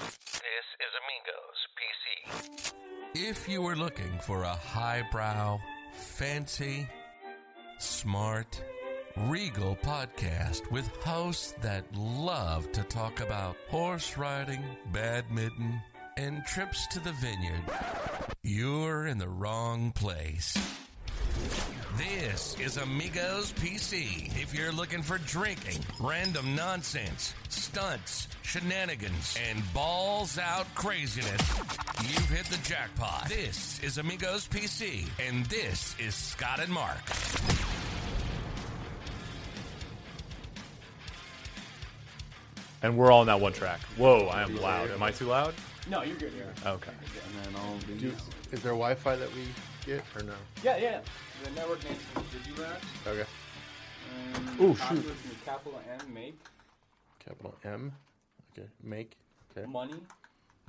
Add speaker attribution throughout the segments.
Speaker 1: This is Amigos PC.
Speaker 2: If you were looking for a highbrow, fancy, smart, regal podcast with hosts that love to talk about horse riding, badminton, and trips to the vineyard, you're in the wrong place. This is Amigos PC. If you're looking for drinking, random nonsense, stunts, shenanigans, and balls out craziness, you've hit the jackpot. This is Amigos PC, and this is Scott and Mark.
Speaker 3: And we're all on that one track. Whoa, I am loud. Am I too loud?
Speaker 4: No, you're good. You're good.
Speaker 3: Okay.
Speaker 4: And then I'll be.
Speaker 5: Do, is there Wi-Fi that we get or no?
Speaker 4: Yeah, yeah. The network names from Digirac.
Speaker 5: Okay.
Speaker 4: and
Speaker 5: Ooh,
Speaker 4: Copper
Speaker 5: shoot.
Speaker 4: From capital M, make
Speaker 5: Capital M. Okay. Make. Okay.
Speaker 4: money.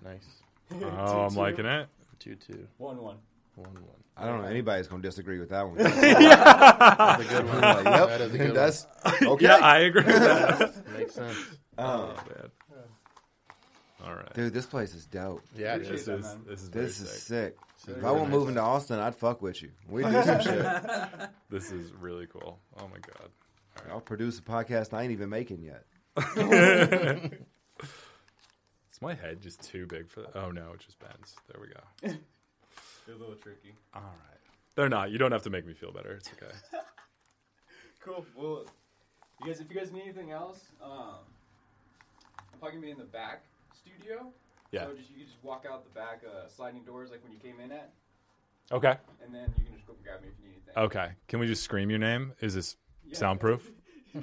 Speaker 5: Nice.
Speaker 3: Oh, I'm liking it.
Speaker 5: Two two
Speaker 4: One one.
Speaker 5: one one.
Speaker 6: I don't know anybody's gonna disagree with that one. Like,
Speaker 5: That's a good one.
Speaker 6: yep,
Speaker 5: That is a good
Speaker 6: that's okay.
Speaker 3: Yeah, I agree with that.
Speaker 5: one. Makes sense.
Speaker 6: Uh,
Speaker 3: Man. All right.
Speaker 6: dude, this place is dope.
Speaker 5: Yeah. it
Speaker 4: Appreciate
Speaker 5: is.
Speaker 3: This is this is, very
Speaker 6: This is
Speaker 3: sick.
Speaker 6: sick.
Speaker 5: is
Speaker 6: If I
Speaker 5: really
Speaker 6: won't
Speaker 5: nice.
Speaker 6: move into Austin, I'd fuck with you. We do some shit.
Speaker 3: This is really cool. Oh my god.
Speaker 6: I'll produce a podcast I ain't even making yet.
Speaker 3: Is my head just too big for that? Oh no, it just bends. There we go.
Speaker 4: They're a little tricky.
Speaker 3: All right. They're not. You don't have to make me feel better. It's okay.
Speaker 4: Cool. Well, you guys, if you guys need anything else, um, I'm probably gonna be in the back studio.
Speaker 3: Yeah.
Speaker 4: So just you can just walk out the back uh, sliding doors like when you came in at,
Speaker 3: Okay.
Speaker 4: and then you can just go grab me if you need anything.
Speaker 3: Okay. Can we just scream your name? Is this
Speaker 4: Yeah.
Speaker 3: soundproof?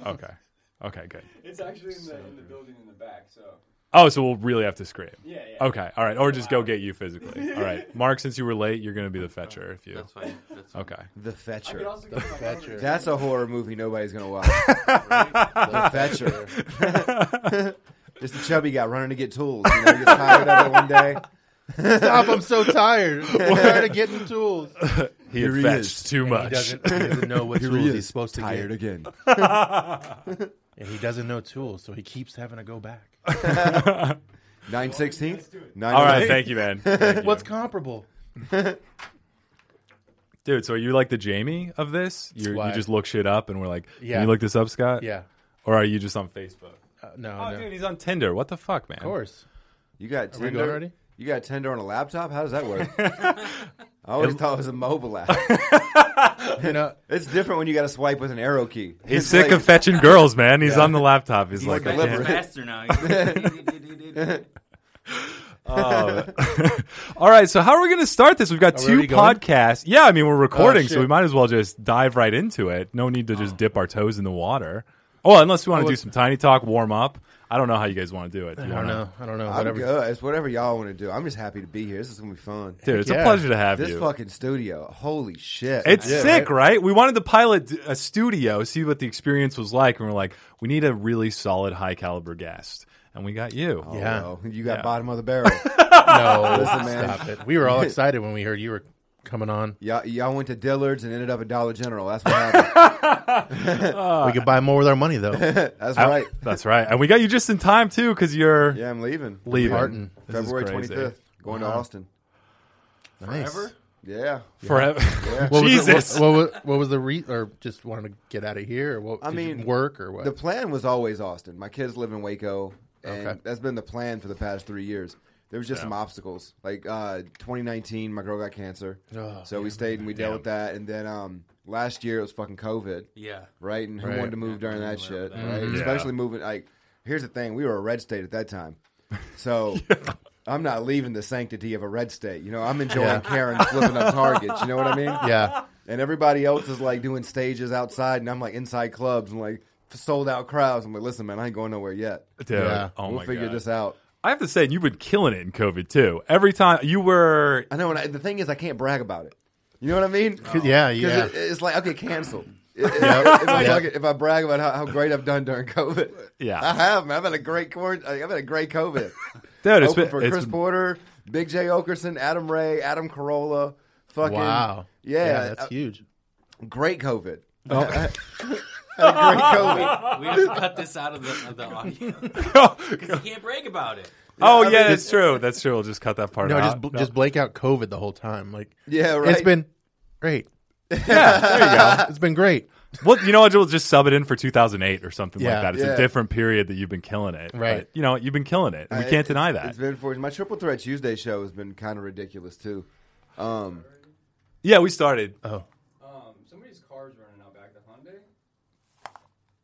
Speaker 3: Okay. Okay, good.
Speaker 4: It's actually in the in the building in the back. So
Speaker 3: Oh, so we'll really have to scream.
Speaker 4: yeah, yeah.
Speaker 3: Okay. All right. Or just go get you physically. All right. Mark, since you were late, you're going to be the fetcher if you.
Speaker 7: That's fine. That's fine.
Speaker 3: Okay.
Speaker 6: The
Speaker 4: I could
Speaker 6: Fetcher.
Speaker 4: also go to my
Speaker 5: Fetcher.
Speaker 4: brother's.
Speaker 6: That's a horror movie nobody's gonna watch.
Speaker 5: The
Speaker 6: Fetcher. Just a chubby guy running to get tools. You know, he gets tired of it one day.
Speaker 5: Stop! I'm so tired. I'm tired of getting tools.
Speaker 3: He had
Speaker 6: he
Speaker 3: fetched
Speaker 6: is.
Speaker 3: too
Speaker 5: And he
Speaker 3: much.
Speaker 5: doesn't, he doesn't know what
Speaker 6: Here
Speaker 5: tools
Speaker 6: he
Speaker 5: he's
Speaker 6: is,
Speaker 5: supposed to
Speaker 6: tired
Speaker 5: get,
Speaker 6: again.
Speaker 5: and he doesn't know tools, so he keeps having to go back.
Speaker 6: Nine sixteenth.
Speaker 3: All right. Thank you, man. Thank you.
Speaker 5: What's comparable?
Speaker 3: Dude, so are you like the Jamie of this? You're,
Speaker 5: Why?
Speaker 3: you just look shit up and we're like,
Speaker 5: Yeah.
Speaker 3: can you look this up, Scott?
Speaker 5: Yeah.
Speaker 3: Or are you just on Facebook?
Speaker 5: Uh, no.
Speaker 3: Oh,
Speaker 5: no.
Speaker 3: dude, he's on Tinder. What the fuck, man?
Speaker 5: Of course.
Speaker 6: You got
Speaker 5: Are we
Speaker 6: Tinder
Speaker 5: going already?
Speaker 6: You got Tinder on a laptop? How does that work? I always thought it was a mobile app.
Speaker 5: You know,
Speaker 6: It's different when you got to swipe with an arrow key.
Speaker 3: He's
Speaker 6: It's
Speaker 3: sick
Speaker 6: like-
Speaker 3: of fetching girls, man. He's on the laptop. He's, like,
Speaker 6: like
Speaker 3: I
Speaker 7: It's
Speaker 6: deliberate.
Speaker 3: can't-
Speaker 7: faster now. That's
Speaker 3: All right, so how are we going to start this? We've got
Speaker 5: Are we
Speaker 3: two
Speaker 5: already going?
Speaker 3: podcasts. Yeah, I mean, we're recording, so
Speaker 5: shit.
Speaker 3: we might as well just dive right into it. No need to just dip our toes in the water. Well, unless we want
Speaker 5: Oh,
Speaker 3: to do
Speaker 5: it's-
Speaker 3: some tiny talk, warm up. I don't know how you guys want to do it.
Speaker 5: I don't know. I don't know.
Speaker 6: I'm
Speaker 5: Whatever.
Speaker 6: good. It's whatever y'all want to do. I'm just happy to be here. This is going to be fun.
Speaker 3: Dude, it's
Speaker 5: Yeah.
Speaker 3: a pleasure to have
Speaker 6: this
Speaker 3: you.
Speaker 6: fucking studio. Holy shit.
Speaker 3: it's
Speaker 5: Yeah,
Speaker 3: sick, right? We wanted to pilot a studio, see what the experience was like, and we're like, we need a really solid, high caliber guest, and we got you.
Speaker 6: Oh,
Speaker 5: Yeah.
Speaker 6: well, you got
Speaker 3: Yeah.
Speaker 6: bottom of the barrel.
Speaker 5: No,
Speaker 6: Listen, man.
Speaker 5: stop it. We were all excited when we heard you were coming on.
Speaker 6: y'all, y'all went to Dillard's and ended up at Dollar General. That's what happened.
Speaker 5: we could buy more with our money, though.
Speaker 6: That's
Speaker 3: I-
Speaker 6: right.
Speaker 3: That's right, and we got you just in time too, because you're
Speaker 6: Yeah, I'm leaving.
Speaker 3: leaving
Speaker 5: Martin.
Speaker 3: This is
Speaker 6: February
Speaker 3: crazy.
Speaker 6: 25th. Going to Austin.
Speaker 5: Nice.
Speaker 6: Yeah.
Speaker 3: forever.
Speaker 5: What was
Speaker 3: Jesus.
Speaker 5: The, what, what, was- what was the re? Or just wanted to get out of here? Or what?
Speaker 6: I
Speaker 5: did you
Speaker 6: mean,
Speaker 5: work or what?
Speaker 6: The plan was always Austin. My kids live in Waco, and
Speaker 5: Okay.
Speaker 6: that's been the plan for the past three years. There was just some obstacles. Like uh, 2019, my girl got cancer,
Speaker 5: Oh,
Speaker 6: so we stayed and we dealt with that. And then um, last year it was fucking COVID,
Speaker 7: yeah.
Speaker 6: right? And who
Speaker 5: Right. Mm-hmm.
Speaker 6: wanted to move during that shit,
Speaker 7: that.
Speaker 6: right?
Speaker 3: Yeah.
Speaker 6: Especially moving. Like, here's the thing: we were a red state at that time, so. I'm not leaving the sanctity of a red state. You know, I'm enjoying
Speaker 5: Yeah.
Speaker 6: Karen flipping up targets. You know what I mean?
Speaker 5: yeah.
Speaker 6: And everybody else is like doing stages outside, and I'm like inside clubs and like sold out crowds. I'm like, listen, man, I ain't going nowhere yet.
Speaker 3: Dude,
Speaker 5: Yeah.
Speaker 3: oh
Speaker 6: we'll
Speaker 3: my
Speaker 6: figure
Speaker 3: God.
Speaker 6: this out.
Speaker 3: I have to say, you've been killing it in COVID too. Every time you were,
Speaker 6: I know, and I, the thing is, I can't brag about it. You know what I mean?
Speaker 5: Yeah,
Speaker 6: 'Cause
Speaker 5: yeah.
Speaker 6: it- it's like okay, cancel. If, if I,
Speaker 5: Yeah.
Speaker 6: fucking- if I brag about how, how great I've done during COVID,
Speaker 3: Yeah.
Speaker 6: I have. Man. I've had a great quarant- I've had a great COVID.
Speaker 3: dude, it's
Speaker 6: Open
Speaker 3: been,
Speaker 6: for
Speaker 3: it's
Speaker 6: Chris
Speaker 3: been-
Speaker 6: Porter, Big J Okerson, Adam Ray, Adam Carolla. Fucking
Speaker 5: Wow.
Speaker 6: Yeah,
Speaker 5: that's
Speaker 6: uh,
Speaker 5: huge.
Speaker 6: great COVID.
Speaker 3: Oh.
Speaker 6: had a great COVID.
Speaker 7: We have to cut this out of the, of the audio because you can't brag about it.
Speaker 3: oh yeah,
Speaker 6: I mean,
Speaker 3: that's true. That's true. We'll just cut that part
Speaker 5: No,
Speaker 3: out.
Speaker 5: just bl- just blank out COVID the whole time. Like,
Speaker 6: Yeah, right.
Speaker 5: It's been great.
Speaker 3: yeah, there you go.
Speaker 5: It's been great.
Speaker 3: Well, you know what? We'll just sub it in for 2008 or something like
Speaker 5: Yeah.
Speaker 3: that. It's
Speaker 6: Yeah.
Speaker 3: a different period that you've been killing it.
Speaker 5: Right.
Speaker 3: But, you know, you've been killing it. We
Speaker 6: I-
Speaker 3: can't deny
Speaker 6: Uh, it's-
Speaker 3: that.
Speaker 6: It's been for my Triple Threat Tuesday show has been kind of ridiculous too. Um,
Speaker 3: yeah, we started.
Speaker 5: Oh,
Speaker 4: Um, somebody's car's running out back. The Hyundai.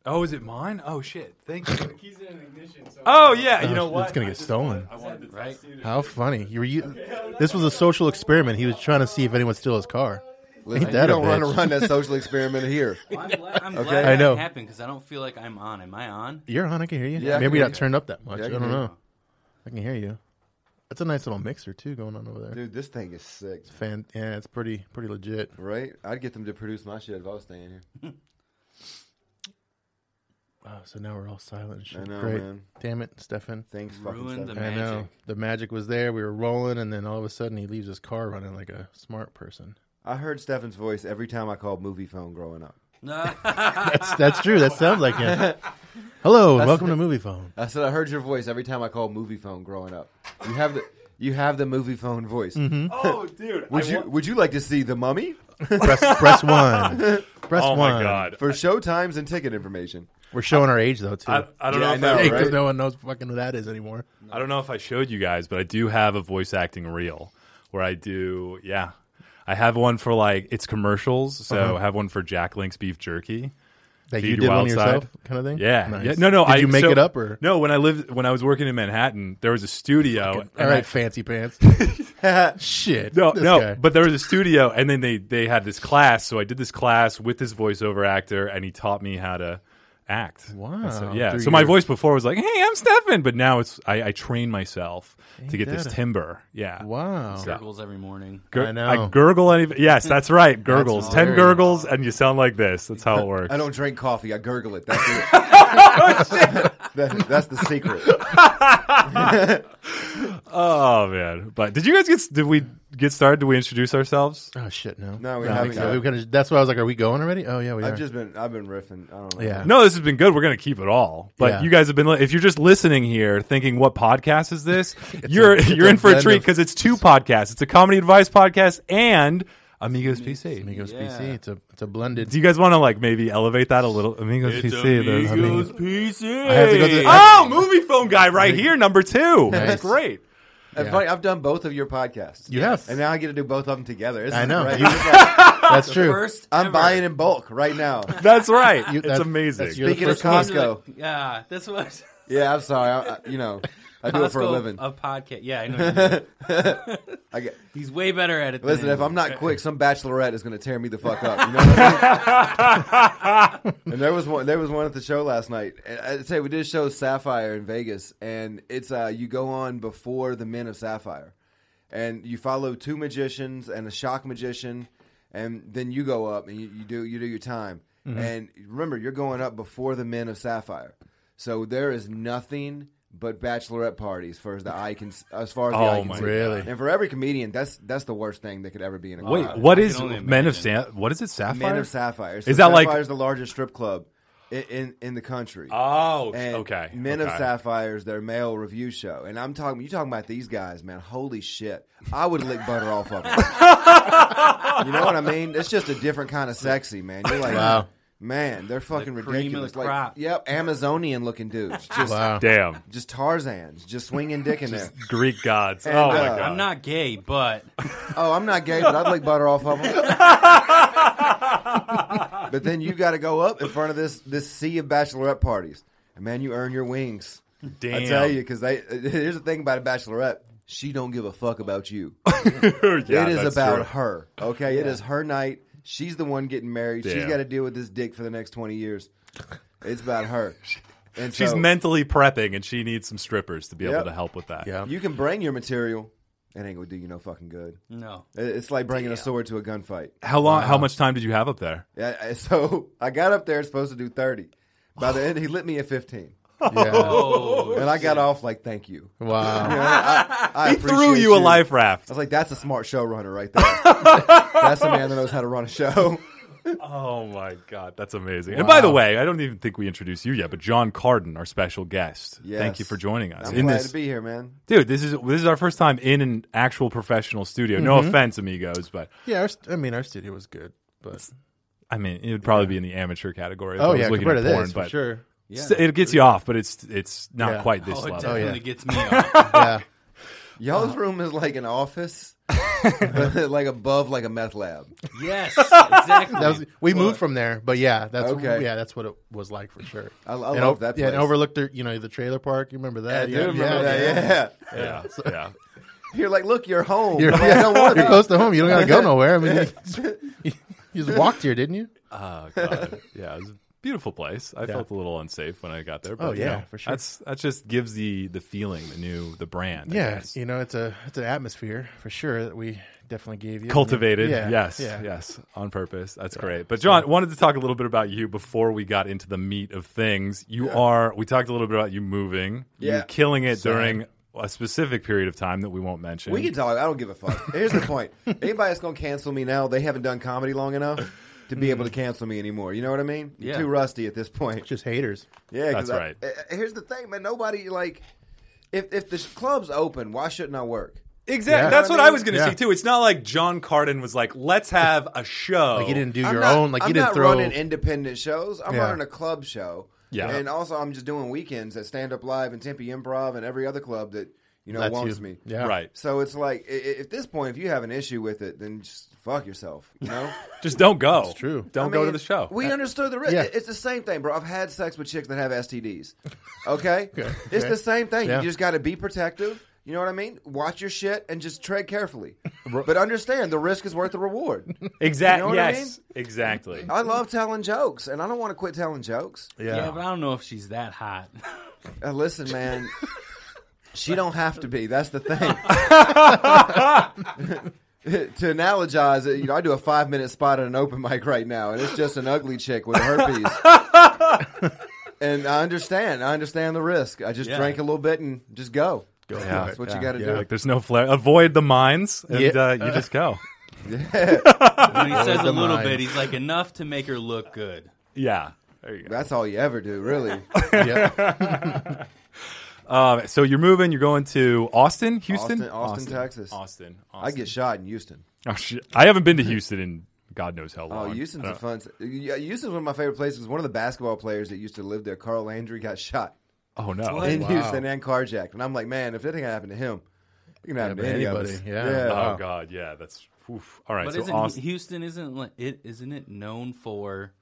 Speaker 3: Oh, is it mine? Oh shit! Thank you.
Speaker 4: The keys in an ignition. So
Speaker 3: oh yeah. You know
Speaker 5: it's-
Speaker 3: what?
Speaker 5: It's gonna get stolen.
Speaker 4: I wanted to
Speaker 7: Right.
Speaker 4: test you.
Speaker 5: How funny! You were you. This was a social experiment. He was trying to see if anyone steal his car.
Speaker 6: listen,
Speaker 5: that
Speaker 6: you
Speaker 5: a
Speaker 6: don't want to
Speaker 5: bitch?
Speaker 6: run that social experiment here.
Speaker 7: I'm glad, I'm glad
Speaker 5: I
Speaker 7: that
Speaker 5: know.
Speaker 7: happened because I don't feel like I'm on. Am I on?
Speaker 5: You're on. I can hear you.
Speaker 6: Yeah, I can
Speaker 5: Maybe
Speaker 6: hear
Speaker 5: you're not
Speaker 6: you.
Speaker 5: turned up that much.
Speaker 6: Yeah, I
Speaker 5: I,
Speaker 6: can
Speaker 5: don't
Speaker 6: hear
Speaker 5: know.
Speaker 6: you.
Speaker 5: I can hear you. That's a nice little mixer too going on over there.
Speaker 6: Dude, this thing is sick,
Speaker 5: Fan, yeah, it's pretty pretty legit.
Speaker 6: right? I'd get them to produce my shit if I was staying here.
Speaker 5: Wow. So now we're all silent. And shit.
Speaker 6: I know,
Speaker 5: Great.
Speaker 6: man.
Speaker 5: Damn it, Stefan.
Speaker 6: Things fucking
Speaker 7: Ruined the
Speaker 6: stuff.
Speaker 5: I know
Speaker 7: Magic.
Speaker 5: the magic was there. We were rolling, and then all of a sudden he leaves his car running like a smart person.
Speaker 6: I heard Stefan's voice every time I called movie phone growing up.
Speaker 7: No.
Speaker 5: That's that's true. That sounds like him. Hello, and welcome to Movie Phone.
Speaker 6: I said I heard your voice every time I called movie phone growing up. You have the you have the movie phone voice.
Speaker 3: Mm-hmm.
Speaker 4: Oh, dude.
Speaker 6: Would
Speaker 4: I
Speaker 6: you
Speaker 4: wa-
Speaker 6: would you like to see the mummy
Speaker 5: Press press one. Press
Speaker 3: Oh
Speaker 5: one.
Speaker 3: my god.
Speaker 6: for showtimes and ticket information?
Speaker 5: We're showing our age though too.
Speaker 3: I, I don't
Speaker 6: Yeah,
Speaker 3: know
Speaker 6: I
Speaker 3: if
Speaker 6: know,
Speaker 3: I,
Speaker 5: Hey,
Speaker 6: right?
Speaker 5: 'cause no one knows fucking who that is anymore.
Speaker 3: I don't know if I showed you guys, but I do have a voice acting reel where I do yeah. I have one for like it's commercials, so
Speaker 5: Uh-huh.
Speaker 3: I have one for Jack Link's beef jerky.
Speaker 5: That
Speaker 3: Feed
Speaker 5: you did one
Speaker 3: Wild Side.
Speaker 5: yourself, kind of thing.
Speaker 3: Yeah.
Speaker 5: Nice.
Speaker 3: yeah. No, no.
Speaker 5: Did
Speaker 3: I,
Speaker 5: you make
Speaker 3: so-
Speaker 5: it up or?
Speaker 3: no? When I lived, when I was working in Manhattan, there was a studio.
Speaker 5: All
Speaker 3: and
Speaker 5: right,
Speaker 3: I-
Speaker 5: fancy pants. Shit.
Speaker 3: no,
Speaker 5: this
Speaker 3: no.
Speaker 5: guy.
Speaker 3: But there was a studio, and then they they had this class. So I did this class with this voiceover actor, and he taught me how to act.
Speaker 5: Wow.
Speaker 3: And so- yeah.
Speaker 5: Through
Speaker 3: So my
Speaker 5: your-
Speaker 3: voice before was like, "Hey, I'm Stefan," but now it's I, I train myself to get this
Speaker 5: that a-
Speaker 3: timber. Yeah.
Speaker 5: wow.
Speaker 7: Circles every morning.
Speaker 3: Gur-
Speaker 5: I know.
Speaker 3: gurgle. Any- yes, that's right. Gurgles. Ten
Speaker 5: hilarious.
Speaker 3: gurgles, and you sound like this. That's how it works.
Speaker 6: I don't drink coffee. I gurgle it. That's it. That- that's the secret.
Speaker 3: Oh man! But did you guys get? Did we get started? Did we introduce ourselves?
Speaker 5: Oh shit. No.
Speaker 6: No, we
Speaker 5: I
Speaker 6: haven't
Speaker 5: think so.
Speaker 6: yet.
Speaker 5: We kinda- that's why I was like, "Are we going already?" Oh yeah, we are.
Speaker 6: I've just been I've been riffing. I don't know.
Speaker 5: yeah.
Speaker 3: No, this has been good. We're going to keep it all. But
Speaker 5: Yeah.
Speaker 3: you guys have been. If you're just listening here, thinking what podcast is this, you're you're
Speaker 5: a
Speaker 3: in for a
Speaker 5: blend
Speaker 3: treat
Speaker 5: of-
Speaker 3: because it's two podcasts. It's a comedy advice podcast and Amigos PC.
Speaker 5: Amigos
Speaker 7: Yeah.
Speaker 5: PC. It's a it's a blended.
Speaker 3: Do you guys want to like maybe elevate that a little? Amigos PC. the-
Speaker 7: Amigos PC.
Speaker 5: I have to go to-
Speaker 3: Oh, movie phone guy right here, number two. That's
Speaker 5: Nice.
Speaker 3: great.
Speaker 6: And funny, I've done both of your podcasts.
Speaker 5: You have.
Speaker 6: And now I get to do both of them together. This
Speaker 5: I
Speaker 6: is
Speaker 5: know.
Speaker 6: great.
Speaker 5: You-
Speaker 6: It's like,
Speaker 5: That's true.
Speaker 7: First
Speaker 6: I'm
Speaker 7: ever.
Speaker 6: buying in bulk right now.
Speaker 3: That's right.
Speaker 5: You-
Speaker 3: it's
Speaker 5: that-
Speaker 3: amazing.
Speaker 5: that's your-
Speaker 6: Speaking of
Speaker 5: first one.
Speaker 6: Costco,
Speaker 7: Yeah, this was
Speaker 6: yeah, I'm sorry. I, I, you know, I do it for a
Speaker 7: Costco
Speaker 6: living.
Speaker 7: A podcast. Yeah, I know. what you mean.
Speaker 6: I get,
Speaker 7: He's way better at it. than
Speaker 6: listen, if
Speaker 7: anyone.
Speaker 6: I'm
Speaker 3: Eh,
Speaker 6: not quick, some bachelorette is going to tear me the fuck up. You know what I mean? and there was one. There was one at the show last night. And I'd say we did a show Sapphire in Vegas, and it's uh, you go on before the Men of Sapphire, and you follow two magicians and a shock magician, and then you go up and you, you do you do your time.
Speaker 3: Mm-hmm.
Speaker 6: And remember, you're going up before the Men of Sapphire, so there is nothing. But bachelorette parties, for as the eye can, as far as the
Speaker 3: Oh
Speaker 6: eye can
Speaker 3: my
Speaker 6: see.
Speaker 5: Really?
Speaker 6: And for every comedian, that's that's the worst thing that could ever be in a
Speaker 3: Wait,
Speaker 6: crowd.
Speaker 3: what
Speaker 7: I
Speaker 3: is
Speaker 7: can only
Speaker 3: Men of
Speaker 7: imagine.
Speaker 3: Sa- What is it? Sapphire.
Speaker 6: Men of Sapphire. So
Speaker 3: Is that like-
Speaker 6: Sapphire is the largest strip club in in, in the country?
Speaker 3: Oh,
Speaker 6: And
Speaker 3: okay.
Speaker 6: Men of
Speaker 3: okay.
Speaker 6: Sapphire is their male review show, and I'm talking. You talking about these guys, man? Holy shit! I would lick butter off of them. you know what I mean? It's just a different kind of sexy, man. You're like,
Speaker 5: Wow.
Speaker 6: man, they're fucking
Speaker 7: cream of the
Speaker 6: ridiculous. Like,
Speaker 7: crop.
Speaker 6: yep, Amazonian looking dudes, just
Speaker 5: Wow.
Speaker 3: Damn.
Speaker 6: just Tarzans, just swinging dick in there.
Speaker 3: Greek gods.
Speaker 6: And,
Speaker 3: oh my
Speaker 6: uh,
Speaker 3: god.
Speaker 7: I'm not gay, but
Speaker 6: Oh, I'm not gay, but I'd lick butter off of them. but then you got to go up in front of this this sea of bachelorette parties, and man, you earn your wings.
Speaker 3: Damn.
Speaker 6: I tell you, because they here's the thing about a bachelorette: she don't give a fuck about you.
Speaker 3: Yeah,
Speaker 6: it is
Speaker 3: that's
Speaker 6: about
Speaker 3: true.
Speaker 6: her. Okay, it is her night. She's the one getting married. She's
Speaker 3: Yeah.
Speaker 6: got to deal with this dick for the next twenty years. It's about her. And
Speaker 3: She's
Speaker 6: so,
Speaker 3: mentally prepping, and she needs some strippers to be
Speaker 6: Yep.
Speaker 3: able to help with that.
Speaker 5: Yeah.
Speaker 6: You can bring your material. It ain't gonna do you no fucking good.
Speaker 7: no.
Speaker 6: It- It's like bringing a sword to a gunfight.
Speaker 3: How long? How much time did you have up there?
Speaker 6: Yeah, I- so I got up there supposed to do 30. By the end, he lit me at 15.
Speaker 5: Yeah.
Speaker 7: Oh,
Speaker 6: And I got off like, thank you.
Speaker 5: Wow.
Speaker 6: I
Speaker 3: He threw
Speaker 6: appreciate
Speaker 3: you a life
Speaker 6: I
Speaker 3: raft.
Speaker 6: was like, that's a smart showrunner right there. that's a man that knows how to run a show.
Speaker 3: Oh my god, that's amazing! And by the
Speaker 6: Wow.
Speaker 3: way, I don't even think we introduced you yet, but John Carden, our special guest.
Speaker 6: Yes.
Speaker 3: Thank you for joining us.
Speaker 6: I'm
Speaker 3: in
Speaker 6: glad
Speaker 3: this,
Speaker 6: to be here, man.
Speaker 3: dude, this is this is our first time in an actual professional studio. No offense, amigos, but
Speaker 5: Yeah, our st- I mean, our studio was good, but
Speaker 3: I mean it would probably be in the amateur category. If I
Speaker 5: oh
Speaker 3: was
Speaker 5: yeah,
Speaker 3: looking
Speaker 5: compared to
Speaker 3: at porn,
Speaker 5: this,
Speaker 3: but
Speaker 5: for sure.
Speaker 3: st- it gets you off, but it's it's not
Speaker 5: Yeah.
Speaker 3: quite this
Speaker 7: Oh, it
Speaker 3: level.
Speaker 7: definitely
Speaker 5: yeah.
Speaker 7: gets me off.
Speaker 5: Yeah,
Speaker 6: Y'all's room is like an office, but like above like a meth lab.
Speaker 7: yes, exactly.
Speaker 5: that was we moved from there, but yeah, that's
Speaker 6: Okay.
Speaker 5: yeah, that's what it was like for sure.
Speaker 6: I- I
Speaker 5: And
Speaker 6: love that
Speaker 5: Yeah, and
Speaker 6: place.
Speaker 5: overlooked the you know the trailer park. You remember that?
Speaker 6: I do remember that, yeah.
Speaker 3: Yeah, yeah.
Speaker 6: You're like, look, you're home.
Speaker 5: You're,
Speaker 6: I'm like,
Speaker 5: yeah,
Speaker 6: I don't want
Speaker 5: you're
Speaker 6: to.
Speaker 5: close to home. You don't gotta go nowhere. I mean, you, you just walked here, didn't you?
Speaker 3: Oh god, yeah, it was a beautiful place. I felt a little unsafe when I got there. But,
Speaker 5: Oh,
Speaker 3: you
Speaker 5: yeah,
Speaker 3: know,
Speaker 5: for sure.
Speaker 3: That's that just gives the the feeling, the new the brand. I
Speaker 5: Yeah,
Speaker 3: guess.
Speaker 5: you know, it's a it's an atmosphere for sure that we definitely gave you.
Speaker 3: cultivated.
Speaker 5: Yeah,
Speaker 3: Yes,
Speaker 5: yeah.
Speaker 3: yes, on purpose. That's great. But John, wanted to talk a little bit about you before we got into the meat of things. You are. We talked a little bit about you moving.
Speaker 6: Yeah.
Speaker 3: You're killing it during a specific period of time that we won't mention.
Speaker 6: We can talk. I don't give a fuck. Here's the point. Anybody that's going to cancel me now, they haven't done comedy long enough to be able to cancel me anymore. You know what I mean? You're
Speaker 7: Yeah.
Speaker 6: Too rusty at this point.
Speaker 5: just haters.
Speaker 6: Yeah,
Speaker 3: That's
Speaker 6: 'cause I-
Speaker 3: right.
Speaker 6: I- I- here's the thing, man. Nobody like if if the sh- club's open, why shouldn't I work?
Speaker 3: Exactly.
Speaker 5: Yeah.
Speaker 3: That's
Speaker 6: You
Speaker 3: what
Speaker 6: know what I
Speaker 3: I
Speaker 6: mean?
Speaker 3: was going to
Speaker 5: Yeah.
Speaker 3: say too. It's not like John Carden was like, "Let's have a show."
Speaker 5: Like you didn't do
Speaker 6: Oh. I'm
Speaker 5: your
Speaker 6: not-
Speaker 5: own. Like
Speaker 6: I'm
Speaker 5: you didn't
Speaker 6: not
Speaker 5: throw.
Speaker 6: running independent shows. I'm
Speaker 5: Yeah.
Speaker 6: running a club show.
Speaker 3: Yeah.
Speaker 6: and also I'm just doing weekends at Stand Up Live and Tempe Improv and every other club that you know
Speaker 5: That's
Speaker 6: wants
Speaker 5: you.
Speaker 6: me.
Speaker 5: Yeah.
Speaker 3: Right.
Speaker 6: So it's like i- i- at this point, if you have an issue with it, then just fuck yourself. You know.
Speaker 3: Just don't go. It's
Speaker 5: true.
Speaker 3: Don't
Speaker 6: I
Speaker 3: go to
Speaker 6: mean,
Speaker 3: the show.
Speaker 6: We understood the risk.
Speaker 5: Yeah.
Speaker 6: It's the same thing, bro. I've had sex with chicks that have STDs. Okay, it's
Speaker 5: Okay.
Speaker 6: the same thing.
Speaker 5: Yeah.
Speaker 6: You just got to be protective. You know what I mean? Watch your shit and just tread carefully. but understand the risk is worth the reward.
Speaker 3: exactly.
Speaker 6: You know what I
Speaker 3: yes. Exactly.
Speaker 6: I love telling jokes, and I don't want to quit telling jokes.
Speaker 7: yeah. but I don't know if she's that hot.
Speaker 6: Uh, listen, man, she don't have to be. That's the thing. to analogize it, you know, I do a five minute spot at an open mic right now, and it's just an ugly chick with herpes. and I understand. I understand the risk. I just
Speaker 7: Yeah.
Speaker 6: drank a little bit and just go.
Speaker 5: Go for
Speaker 6: That's
Speaker 5: it.
Speaker 6: what you
Speaker 5: Yeah.
Speaker 6: got to
Speaker 5: Yeah.
Speaker 6: do.
Speaker 3: Like there's no flare. Avoid the mines, and
Speaker 5: Yeah.
Speaker 3: uh, you just go.
Speaker 7: When he says a
Speaker 5: the
Speaker 7: little
Speaker 5: mind.
Speaker 7: bit, he's like enough to make her look good.
Speaker 3: Yeah. There you go.
Speaker 6: That's all you ever do, really.
Speaker 5: Yeah.
Speaker 3: Um, so you're moving. You're going to Austin, Houston,
Speaker 6: Austin, Austin, Texas.
Speaker 3: Austin. Austin.
Speaker 6: I get shot in Houston.
Speaker 3: Oh, shit. I haven't been to Houston in God knows how
Speaker 6: Oh,
Speaker 3: long.
Speaker 6: Houston's
Speaker 3: I
Speaker 6: a
Speaker 3: don't-
Speaker 6: fun. Yeah, Houston's one of my favorite places. One of the basketball players that used to live there, Carl Landry, got shot.
Speaker 3: Oh no.
Speaker 6: in
Speaker 5: Wow.
Speaker 6: Houston and carjacked. And I'm like, man, if anything happened to him, it can happen
Speaker 5: but
Speaker 6: to anybody.
Speaker 5: anybody, yeah.
Speaker 3: Oh
Speaker 5: Wow.
Speaker 3: God. Yeah. That's. oof. All right.
Speaker 7: But
Speaker 3: so
Speaker 7: isn't
Speaker 3: Austin.
Speaker 7: Houston isn't like it? Isn't it known for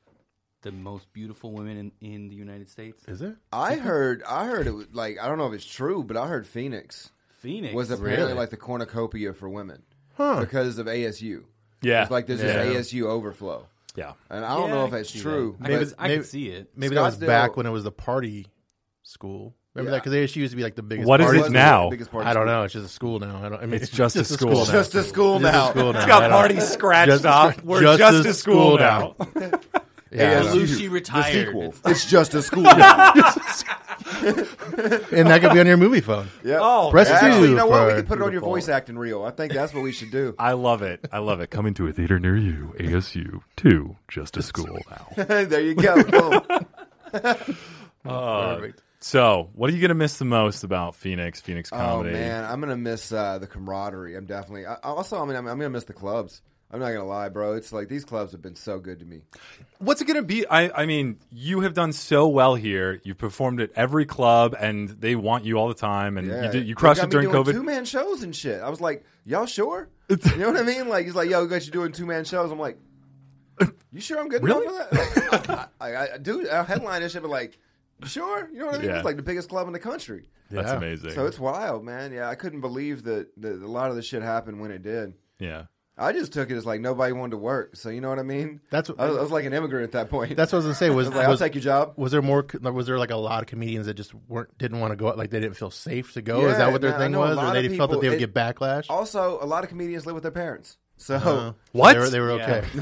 Speaker 7: the most beautiful women in, in the United States?
Speaker 5: Is it?
Speaker 6: I heard, I heard it was like, I don't know if it's true, but I heard Phoenix
Speaker 7: Phoenix
Speaker 6: was apparently
Speaker 5: Really?
Speaker 6: like the cornucopia for women because of ASU.
Speaker 3: Yeah.
Speaker 6: It's like there's
Speaker 3: yeah.
Speaker 6: this ASU overflow.
Speaker 3: Yeah.
Speaker 6: And I don't
Speaker 7: Yeah,
Speaker 6: know
Speaker 7: I
Speaker 6: if
Speaker 7: can
Speaker 6: that's
Speaker 7: see
Speaker 6: true.
Speaker 7: that. I,
Speaker 5: Maybe-
Speaker 7: could, I could
Speaker 5: maybe-
Speaker 7: see it.
Speaker 5: Maybe that was
Speaker 6: Scottsdale-
Speaker 5: back when it was the party school. Remember
Speaker 6: Yeah.
Speaker 5: that? Because ASU used to be like the biggest.
Speaker 3: What is
Speaker 6: but
Speaker 3: it
Speaker 5: party
Speaker 6: was the
Speaker 3: now?
Speaker 6: biggest party
Speaker 5: I don't
Speaker 6: school.
Speaker 5: know. It's just a school now. I don't. I mean,
Speaker 3: It's just a school
Speaker 5: now.
Speaker 3: now.
Speaker 6: Just a school
Speaker 5: It's just
Speaker 6: now.
Speaker 5: a school now.
Speaker 3: It's got
Speaker 5: I don't-
Speaker 3: party scratched
Speaker 5: Just-
Speaker 3: off. We're just,
Speaker 5: just
Speaker 3: just
Speaker 5: a
Speaker 3: a school,
Speaker 5: school
Speaker 3: now.
Speaker 5: Yeah.
Speaker 6: ASU,
Speaker 7: Belushi
Speaker 6: the
Speaker 7: retired.
Speaker 6: sequel. It's just a school now.
Speaker 5: and that could be on your movie phone.
Speaker 6: Yep.
Speaker 3: Oh,
Speaker 5: Press
Speaker 3: man.
Speaker 5: two.
Speaker 6: Actually, you know what? We
Speaker 5: for
Speaker 6: could put it on your
Speaker 5: beautiful.
Speaker 6: voice acting reel. I think that's what we should do.
Speaker 3: I love it. I love it. Coming to a theater near you, ASU two, just a school now.
Speaker 6: there you go. Boom.
Speaker 3: Uh,
Speaker 5: Perfect.
Speaker 3: so, what are you gonna miss the most about Phoenix? Phoenix comedy.
Speaker 6: Oh man, I'm gonna miss uh, the camaraderie. I'm definitely. I, also, I mean, I'm, I'm gonna miss the clubs. I'm not gonna lie, bro. It's like these clubs have been so good to me.
Speaker 3: What's it going to be? I, I mean, you have done so well here. You've performed at every club, and they want you all the time. And
Speaker 6: Yeah,
Speaker 3: you, did, you crushed
Speaker 6: They got
Speaker 3: it
Speaker 6: me
Speaker 3: during
Speaker 6: doing
Speaker 3: COVID.
Speaker 6: Two man shows and shit. I was like, y'all sure? You know what I mean? Like he's like, yo, we got you doing two man shows. I'm like, you sure I'm good
Speaker 3: Really?
Speaker 6: enough for that? Like, I, I, I, dude, I headline and shit, but like, you sure? You know what I mean?
Speaker 3: Yeah.
Speaker 6: It's like the biggest club in the country.
Speaker 3: That's
Speaker 5: Yeah.
Speaker 3: amazing.
Speaker 6: So it's wild, man. Yeah, I couldn't believe that, that a lot of the shit happened when it did.
Speaker 3: yeah.
Speaker 6: I just took it as like nobody wanted to work. So you know what I mean?
Speaker 5: That's what-
Speaker 6: I was, I was like an immigrant at that point.
Speaker 5: That's what I was gonna say. Was,
Speaker 6: I was like, I'll
Speaker 5: was,
Speaker 6: take your job.
Speaker 5: was there more? co- Was there like a lot of comedians that just weren't didn't want to go out? Like they didn't feel safe to go.
Speaker 6: Yeah,
Speaker 5: is that what their
Speaker 6: man, I
Speaker 5: thing
Speaker 6: know a
Speaker 5: was,
Speaker 6: lot
Speaker 5: or they
Speaker 6: of
Speaker 5: felt
Speaker 6: people-
Speaker 5: that they would get
Speaker 6: it-
Speaker 5: backlash?
Speaker 6: Also, a lot of comedians live with their parents. So
Speaker 5: Uh-huh.
Speaker 3: What?
Speaker 5: They were, they were okay.
Speaker 6: you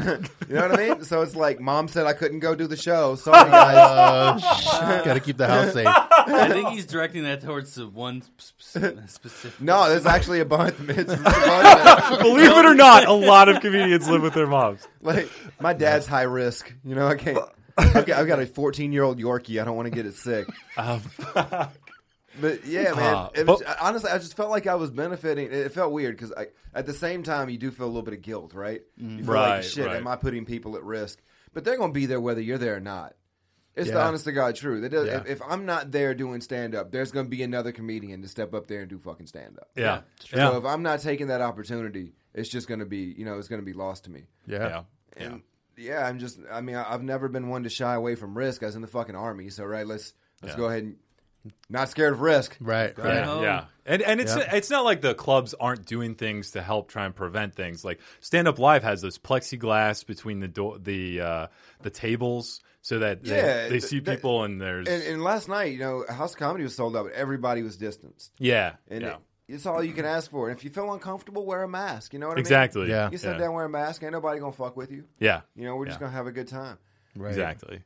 Speaker 6: know what I mean? So it's like mom said I couldn't go do the show. Sorry guys.
Speaker 5: Uh, got to keep the house safe.
Speaker 7: I think he's directing that towards the one sp- specific.
Speaker 6: No, there's actually a bunch. It's a bunch of-
Speaker 3: Believe it or not, a lot of comedians live with their moms.
Speaker 6: like my dad's high risk. You know, I can't. I've got, I've got a 14 year old Yorkie. I don't want to get it sick. But yeah, man.
Speaker 3: Uh,
Speaker 6: it was,
Speaker 3: Oh, but-
Speaker 6: I- honestly, I just felt like I was benefiting. It felt weird because at the same time, you do feel a little bit of guilt, right? You feel
Speaker 3: Mm-hmm. Right,
Speaker 6: like, shit,
Speaker 3: right.
Speaker 6: am I putting people at risk? But they're going to be there whether you're there or not. It's the
Speaker 5: Yeah.
Speaker 6: honest to God truth. It does,
Speaker 5: Yeah.
Speaker 6: if, if I'm not there doing stand up, there's going to be another comedian to step up there and do fucking stand up.
Speaker 3: Yeah.
Speaker 6: So if
Speaker 3: Yeah.
Speaker 6: I'm not taking that opportunity, it's just going to be, you know, it's going to be lost to me.
Speaker 5: Yeah.
Speaker 6: And yeah, I'm just. I mean, I- I've never been one to shy away from risk. I was in the fucking army, so right. Let's let's
Speaker 3: Yeah.
Speaker 6: go ahead and not scared of risk.
Speaker 5: Right.
Speaker 7: Right.
Speaker 5: Right.
Speaker 7: home.
Speaker 3: Yeah. And and it's
Speaker 5: Yeah.
Speaker 3: it's not like the clubs aren't doing things to help try and prevent things. Like stand up live has those plexiglass between the door the uh, the tables so that they,
Speaker 6: Yeah,
Speaker 3: they see
Speaker 6: th- th-
Speaker 3: people and there's
Speaker 6: And, and last night, you know, house comedy was sold out, but everybody was distanced,
Speaker 3: yeah
Speaker 6: and
Speaker 3: yeah
Speaker 6: it- it's all you can ask for. And if you feel uncomfortable, wear a mask. You know what
Speaker 3: exactly
Speaker 5: Yeah.
Speaker 6: I mean? You sit down, wear a mask. Ain't nobody gonna fuck with you.
Speaker 3: yeah
Speaker 6: You know, we're
Speaker 3: Yeah.
Speaker 6: just gonna have a good time.
Speaker 5: Right.
Speaker 3: exactly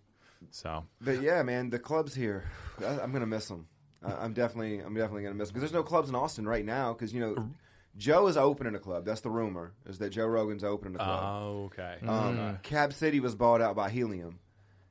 Speaker 3: so
Speaker 6: But yeah, man, the clubs here, I, I'm gonna miss them. I, I'm definitely, I'm definitely gonna miss them because there's no clubs in Austin right now. Because you
Speaker 3: Uh,
Speaker 6: know, Joe is opening a club. That's the rumor is that Joe Rogan's opening a
Speaker 3: uh,
Speaker 6: club.
Speaker 3: okay
Speaker 6: Um,
Speaker 3: Mm.
Speaker 6: Cab City was bought out by Helium,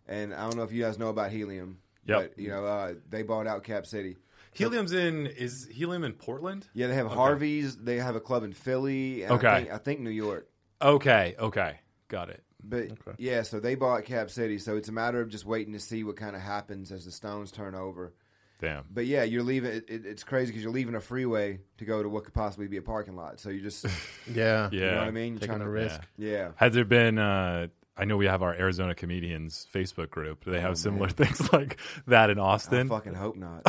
Speaker 6: and I don't know if you guys know about Helium.
Speaker 3: Yep.
Speaker 6: But you know, uh, they bought out Cab City.
Speaker 3: helium's in is helium in Portland
Speaker 6: Yeah, they have Harvey's. They have a club in Philly. And
Speaker 3: Okay.
Speaker 6: I think, I think New York.
Speaker 3: okay okay got it
Speaker 6: But yeah, so they bought Cab City. So it's a matter of just waiting to see what kind of happens as the Stones turn over.
Speaker 3: damn
Speaker 6: But yeah, you're leaving. It, it, it's crazy because you're leaving a freeway to go to what could possibly be a parking lot. So you just,
Speaker 5: Yeah.
Speaker 3: yeah
Speaker 6: you know what I mean? You're
Speaker 5: Taking
Speaker 6: trying
Speaker 5: a
Speaker 6: to
Speaker 5: risk.
Speaker 6: Yeah.
Speaker 3: Had there been, uh, I know we have our Arizona comedians Facebook group. They
Speaker 6: Oh,
Speaker 3: have similar things like that in
Speaker 6: I
Speaker 3: Austin.
Speaker 6: fucking hope not.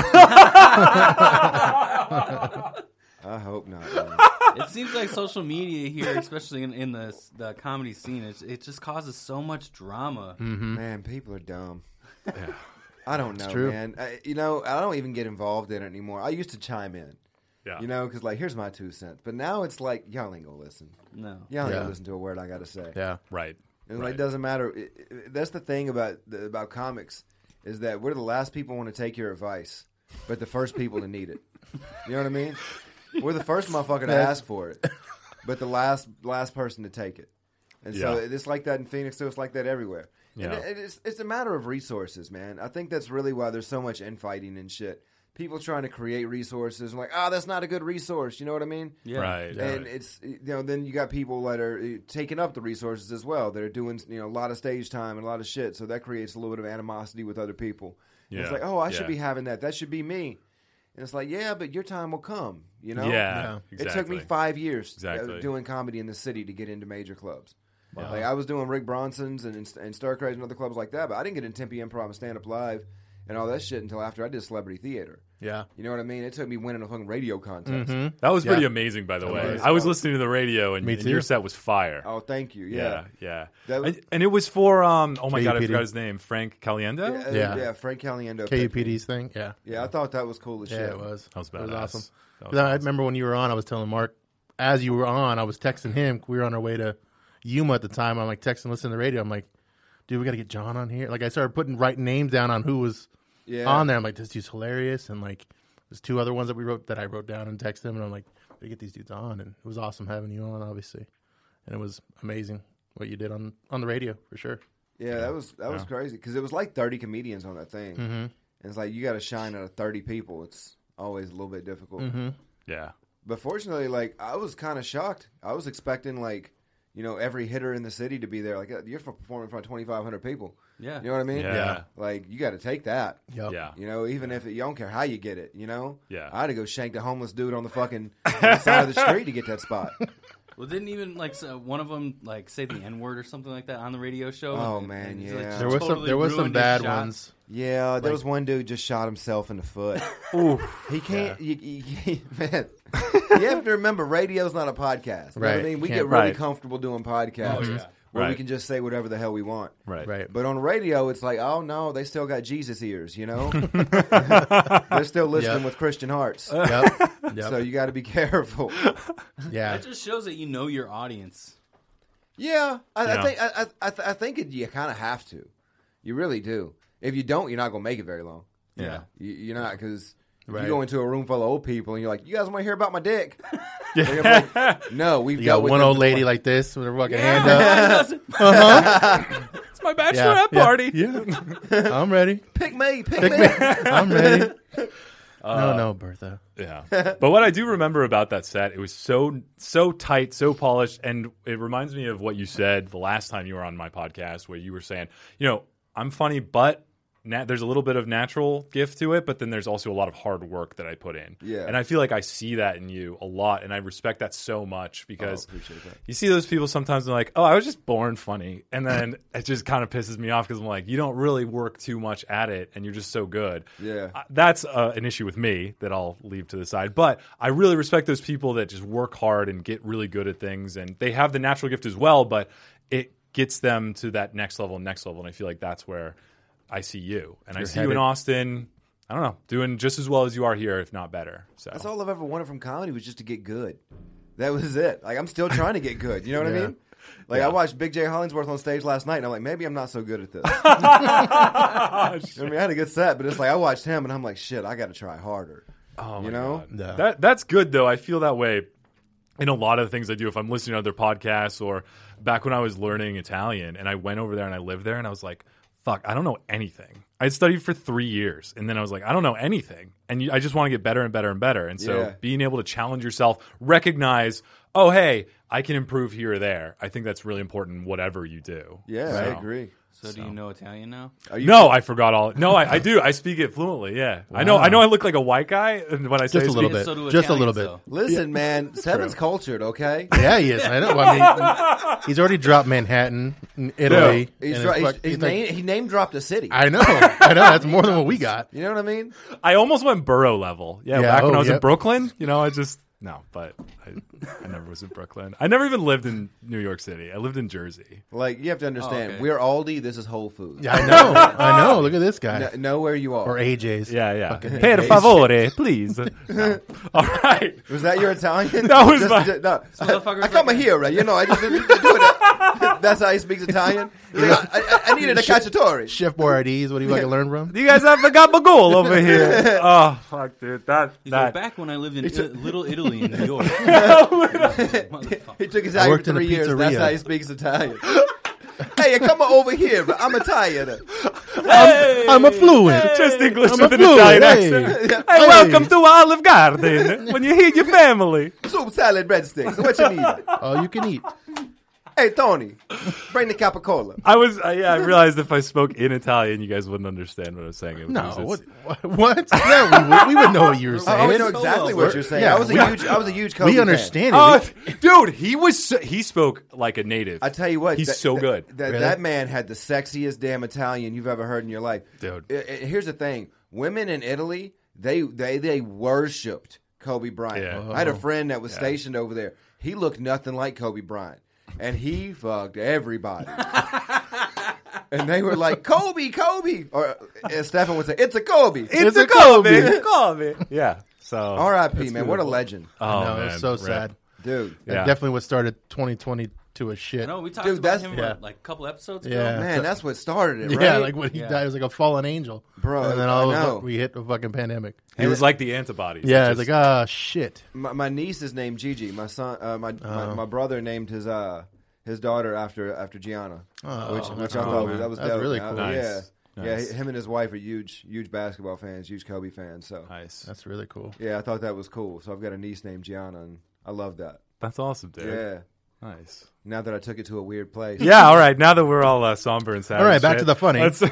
Speaker 6: I hope not. man.
Speaker 7: It seems like social media here, especially in, in the the comedy scene, it's, it just causes so much drama.
Speaker 5: Mm.
Speaker 6: Man, people are dumb. I don't know,
Speaker 5: Mm-hmm. true.
Speaker 6: man. I, you know, I don't even get involved in it anymore. I used to chime in,
Speaker 3: yeah,
Speaker 6: you know, because like, here's my two cents. But now it's like, y'all ain't gonna listen.
Speaker 7: No,
Speaker 6: Y'all ain't
Speaker 5: Yeah.
Speaker 6: gonna listen to a word I gotta say.
Speaker 5: Yeah.
Speaker 3: right.
Speaker 6: And
Speaker 3: right.
Speaker 6: like, doesn't matter. It- it- that's the thing about the, about comics is that we're the last people want to take your advice, but the first people to need it. You know what I mean? We're the first motherfucker to ask for it, but the last last person to take it. And so
Speaker 3: Yeah.
Speaker 6: it's like that in Phoenix. So it's like that everywhere. And
Speaker 3: Yeah.
Speaker 6: it- it's it's a matter of resources, man. I think that's really why there's so much infighting and shit. People trying to create resources and like, oh, that's not a good resource. You know what I mean?
Speaker 7: yeah,
Speaker 3: Right.
Speaker 6: and
Speaker 3: right.
Speaker 6: it's you know then you got people that are uh, taking up the resources as well that are doing you know a lot of stage time and a lot of shit so that creates a little bit of animosity with other people And it's
Speaker 3: Yeah,
Speaker 6: like oh i
Speaker 3: yeah.
Speaker 6: should be having that that should be me and it's like yeah but your time will come you know
Speaker 3: yeah,
Speaker 5: Yeah.
Speaker 3: exactly.
Speaker 6: it took me five years uh,
Speaker 3: Exactly.
Speaker 6: doing comedy in the city to get into major clubs
Speaker 3: Wow.
Speaker 6: like i was doing rick bronson's and, and, and star crazy and other clubs like that but i didn't get in tempe improv and stand up live and all that shit until after i did celebrity theater
Speaker 5: Yeah.
Speaker 6: you know what i mean it took me winning a fucking radio contest
Speaker 3: That was pretty
Speaker 5: Yeah.
Speaker 3: amazing, by the way.
Speaker 6: was.
Speaker 3: I was listening to the radio, and,
Speaker 5: Me
Speaker 3: and your
Speaker 5: too.
Speaker 3: set was fire.
Speaker 6: oh thank you
Speaker 3: yeah, yeah.
Speaker 6: That was-
Speaker 3: and, and it was for um. Oh my god, I
Speaker 5: KUPD.
Speaker 3: forgot his name. Frank Caliendo.
Speaker 6: Yeah, uh,
Speaker 5: Yeah.
Speaker 6: yeah. Frank Caliendo.
Speaker 5: KUPD's thing. Yeah.
Speaker 6: Yeah, I thought that was cool as
Speaker 5: Yeah,
Speaker 6: shit.
Speaker 5: it was.
Speaker 3: That was
Speaker 5: It was
Speaker 3: badass.
Speaker 5: awesome.
Speaker 3: That was
Speaker 5: 'Cause I remember when you were on, I was telling Mark, as you were on, I was texting him. We were on our way to Yuma at the time. I'm like texting, listening to the radio. I'm like, dude, we got to get John on here. Like, I started putting writing names down on who was
Speaker 6: Yeah.
Speaker 5: on there. I'm like, this dude's hilarious. And like, there's two other ones that we wrote that I wrote down and texted him. And I'm like, we get these dudes on. And it was awesome having you on, obviously. And it was amazing what you did on on the radio for sure.
Speaker 6: Yeah, that was that was crazy because it was like thirty comedians on that thing, and it's like you got to shine out of thirty people. It's always a little bit difficult.
Speaker 3: Yeah,
Speaker 6: But fortunately, like I was kind of shocked. I was expecting like you know every hitter in the city to be there. Like uh, you're performing in front of twenty five hundred people.
Speaker 7: Yeah.
Speaker 6: you know what I mean.
Speaker 3: Yeah. Yeah.
Speaker 6: like you got to take that.
Speaker 5: Yep.
Speaker 3: yeah,
Speaker 6: You know, even if it, you don't care how you get it, you know.
Speaker 3: Yeah.
Speaker 6: I had to go shank the homeless dude on the fucking on the side of the street to get that spot.
Speaker 7: Well, didn't even like so one of them like say the n word or something like that on the radio show.
Speaker 6: Oh,
Speaker 7: And-
Speaker 6: man,
Speaker 7: and it's,
Speaker 6: yeah.
Speaker 5: There was some
Speaker 7: totally
Speaker 5: there was some
Speaker 7: ruined his
Speaker 5: bad
Speaker 7: shot.
Speaker 5: ones.
Speaker 6: Yeah, there was one dude just shot himself in the foot. he can't. You, you, man, you have to remember, radio's not a podcast. You know what
Speaker 5: Right,
Speaker 6: I mean, we
Speaker 5: you
Speaker 6: get
Speaker 5: can't-
Speaker 6: really
Speaker 3: Right. Mm-hmm.
Speaker 6: comfortable doing podcasts where we
Speaker 3: Right.
Speaker 6: can just say whatever the hell we want.
Speaker 3: right,
Speaker 5: Right.
Speaker 6: But on radio, it's like, oh no, they still got Jesus ears. You know, they're still listening
Speaker 5: Yep.
Speaker 6: with Christian hearts.
Speaker 5: Uh, yep. Yep.
Speaker 6: So you got to be careful.
Speaker 5: yeah.
Speaker 7: That just shows that you know your audience.
Speaker 6: Yeah, I, I
Speaker 3: Yeah.
Speaker 6: think I, I, I th- I think it, you kind of have to. You really do. If you don't, you're not gonna make it very long.
Speaker 3: Yeah.
Speaker 6: you, you're not because
Speaker 5: Right.
Speaker 6: you go into a room full of old people and you're like, "You guys want to hear about my dick?"
Speaker 3: Yeah.
Speaker 6: They're gonna be like, no, we've
Speaker 5: You
Speaker 6: dealt
Speaker 5: got
Speaker 6: with
Speaker 5: one
Speaker 6: this
Speaker 5: old
Speaker 6: before."
Speaker 5: lady like this with her fucking hand up.
Speaker 7: It's my
Speaker 5: Yeah,
Speaker 7: bachelorette
Speaker 5: yeah,
Speaker 7: party.
Speaker 5: Yeah, I'm ready.
Speaker 6: pick me, pick, me.
Speaker 5: I'm ready. no, no, Bertha.
Speaker 3: Yeah. but what I do remember about that set, it was so so tight, so polished, and it reminds me of what you said the last time you were on my podcast, where you were saying, you know, I'm funny, but na there's a little bit of natural gift to it, but then there's also a lot of hard work that I put in.
Speaker 6: Yeah.
Speaker 3: And I feel like I see that in you a lot, and I respect that so much because
Speaker 6: Oh,
Speaker 3: you see those people sometimes and they're like, oh, I was just born funny, and then it just kind of pisses me off because I'm like, you don't really work too much at it, and you're just so good.
Speaker 6: Yeah.
Speaker 3: I- that's uh, an issue with me that I'll leave to the side. But I really respect those people that just work hard and get really good at things, and they have the natural gift as well. But it gets them to that next level, next level, and I feel like that's where I see you, and I see you in
Speaker 5: headed-
Speaker 3: Austin. I don't know, doing just as well as you are here, if not better. So
Speaker 6: That's all I've ever wanted from comedy was just to get good. That was it. Like I'm still trying to get good. You know what I mean? Like I watched Big J Hollingsworth on stage last night, and I'm like, maybe I'm not so good at this. I mean, I had a good set, but it's like I watched him, and I'm like, shit, I got to try harder.
Speaker 3: Oh my
Speaker 6: you know?
Speaker 3: God.
Speaker 5: No.
Speaker 3: That that's good though. I feel that way in a lot of things I do. If I'm listening to other podcasts or back when I was learning Italian and I went over there and I lived there and I was like, fuck, I don't know anything. I had studied for three years and then I was like, I don't know anything, and you, I just want to get better and better and better. And so
Speaker 6: Yeah.
Speaker 3: being able to challenge yourself, recognize, oh hey, I can improve here or there. I think that's really important. Whatever you do,
Speaker 6: Yeah, I
Speaker 3: So-
Speaker 6: agree.
Speaker 7: So, do you know Italian now?
Speaker 3: no, I forgot all. No, I, I do. I speak it fluently. Yeah, I know. I know. I look like a white guy and when I say
Speaker 5: Just a
Speaker 3: speak-
Speaker 5: little
Speaker 7: Yeah,
Speaker 5: bit.
Speaker 7: so do
Speaker 5: Just a
Speaker 7: Italians,
Speaker 5: little bit.
Speaker 7: though.
Speaker 6: Listen, man, Seven's cultured, okay?
Speaker 5: Yeah, he is. I know. I mean, he's already dropped Manhattan, and Italy.
Speaker 6: He's,
Speaker 5: and
Speaker 6: right,
Speaker 5: it's
Speaker 6: he's,
Speaker 5: fuck-
Speaker 6: he's
Speaker 5: it's like-
Speaker 6: name, he name dropped a city.
Speaker 5: I know. I know. That's more than what we got.
Speaker 6: you know what I mean?
Speaker 3: I almost went borough level. Yeah,
Speaker 5: Yeah,
Speaker 3: back when
Speaker 5: oh,
Speaker 3: I was in
Speaker 5: yep.
Speaker 3: Brooklyn, you know, I just no, but I, I never was in Brooklyn. I never even lived in New York City. I lived in Jersey.
Speaker 6: Like you have to understand,
Speaker 7: okay.
Speaker 6: we're Aldi. This is Whole Foods.
Speaker 5: I know. I know. Look at this guy.
Speaker 6: Kn- know where you are.
Speaker 5: Or AJ's.
Speaker 3: Yeah, yeah. Per favore, please. No. All right.
Speaker 6: Was that your Italian?
Speaker 3: That was my-
Speaker 6: no.
Speaker 7: motherfucker's
Speaker 6: I come
Speaker 7: like-
Speaker 6: here, right? You know, I just do it. That's how he speaks Italian. He's like, I, I, I needed a cacciatore.
Speaker 5: Chef Boyardee's. What do you like to learn from?
Speaker 3: You guys have a gabagool over here. Oh, fuck, dude. That,
Speaker 7: He's
Speaker 3: that.
Speaker 7: like, back when I lived in I- Little Italy in New York. Motherfucker.
Speaker 6: He took his
Speaker 5: I
Speaker 6: out for
Speaker 5: worked in a
Speaker 6: three years. That's
Speaker 5: pizzeria.
Speaker 6: how he speaks Italian. hey, come over here. But I'm Italian.
Speaker 5: I'm a fluent.
Speaker 3: Just English
Speaker 5: I'm a
Speaker 3: with an
Speaker 5: fluent.
Speaker 3: Italian
Speaker 5: Hey.
Speaker 3: accent. Hey, welcome to Olive Garden. when you hear your family.
Speaker 6: Soup, salad, breadsticks. What you need?
Speaker 5: All you can eat.
Speaker 6: Hey, Tony, bring the capicola.
Speaker 3: I was, uh, yeah, I realized if I spoke in Italian, you guys wouldn't understand what I was saying. It was
Speaker 5: No.
Speaker 3: it's-
Speaker 5: What? What? Yeah, we would, we would know what you were
Speaker 6: Oh, I
Speaker 5: saying.
Speaker 6: always know exactly what you're saying.
Speaker 5: Yeah,
Speaker 6: I was
Speaker 5: we-
Speaker 6: a huge, I was a huge. Kobe
Speaker 5: we
Speaker 6: fan.
Speaker 5: understand
Speaker 3: Oh,
Speaker 5: it.
Speaker 3: dude, he was so, he spoke like a native.
Speaker 6: I tell you what,
Speaker 3: he's
Speaker 6: that-
Speaker 3: so
Speaker 6: that-
Speaker 3: good.
Speaker 6: That, that man had the sexiest damn Italian you've ever heard in your life,
Speaker 3: Dude.
Speaker 6: I- I- here's the thing: women in Italy, they they they worshipped Kobe Bryant.
Speaker 3: Yeah.
Speaker 6: I
Speaker 5: Oh.
Speaker 6: had a friend that was stationed over there. He looked nothing like Kobe Bryant, and he fucked everybody. and they were like, "Kobe, Kobe," or and Stefan would say, "It's a Kobe."
Speaker 3: it's, a Kobe, Kobe. Yeah. So
Speaker 6: R.I.P.
Speaker 3: that's
Speaker 6: Man, what a
Speaker 3: beautiful.
Speaker 6: legend,
Speaker 3: Oh,
Speaker 5: no,
Speaker 3: man,
Speaker 5: it's so
Speaker 3: rip.
Speaker 5: sad.
Speaker 6: dude.
Speaker 5: That
Speaker 3: Yeah.
Speaker 5: definitely what started 2020 to a shit.
Speaker 7: No, we talked
Speaker 6: Dude,
Speaker 7: about
Speaker 6: that's-
Speaker 7: him
Speaker 5: yeah.
Speaker 7: what, like a couple episodes ago.
Speaker 5: yeah.
Speaker 6: Man, that's what started it, right?
Speaker 5: Yeah, like when he
Speaker 7: Yeah.
Speaker 5: died, it was like a fallen angel,
Speaker 6: Bro,
Speaker 5: And then
Speaker 6: I
Speaker 5: all of
Speaker 6: know.
Speaker 5: a- we hit a fucking pandemic.
Speaker 3: It was like the antibodies.
Speaker 5: Yeah,
Speaker 3: It
Speaker 5: it's like
Speaker 3: just-
Speaker 5: ah shit.
Speaker 6: my, my niece is named Gigi. My son, uh, my,
Speaker 5: Oh.
Speaker 6: my my brother named his uh his daughter after after Gianna,
Speaker 5: Oh,
Speaker 6: which
Speaker 5: that's
Speaker 6: which I
Speaker 5: cool,
Speaker 6: thought was-
Speaker 5: man.
Speaker 6: that was
Speaker 5: That's
Speaker 6: dope.
Speaker 5: really
Speaker 6: I-
Speaker 5: cool.
Speaker 6: Yeah,
Speaker 3: Nice. Nice.
Speaker 6: yeah. Him and his wife are huge huge basketball fans, huge Kobe fans. So
Speaker 3: nice.
Speaker 5: That's really cool.
Speaker 6: yeah, I thought that was cool. So I've got a niece named Gianna, and I love that.
Speaker 3: That's awesome, dude.
Speaker 6: Yeah.
Speaker 3: Nice.
Speaker 6: Now that I took it to a weird place,
Speaker 3: Yeah, all right. Now that we're all uh, somber and sad.
Speaker 5: All right,
Speaker 3: and
Speaker 5: back
Speaker 3: shit,
Speaker 5: to the funny.
Speaker 3: let's-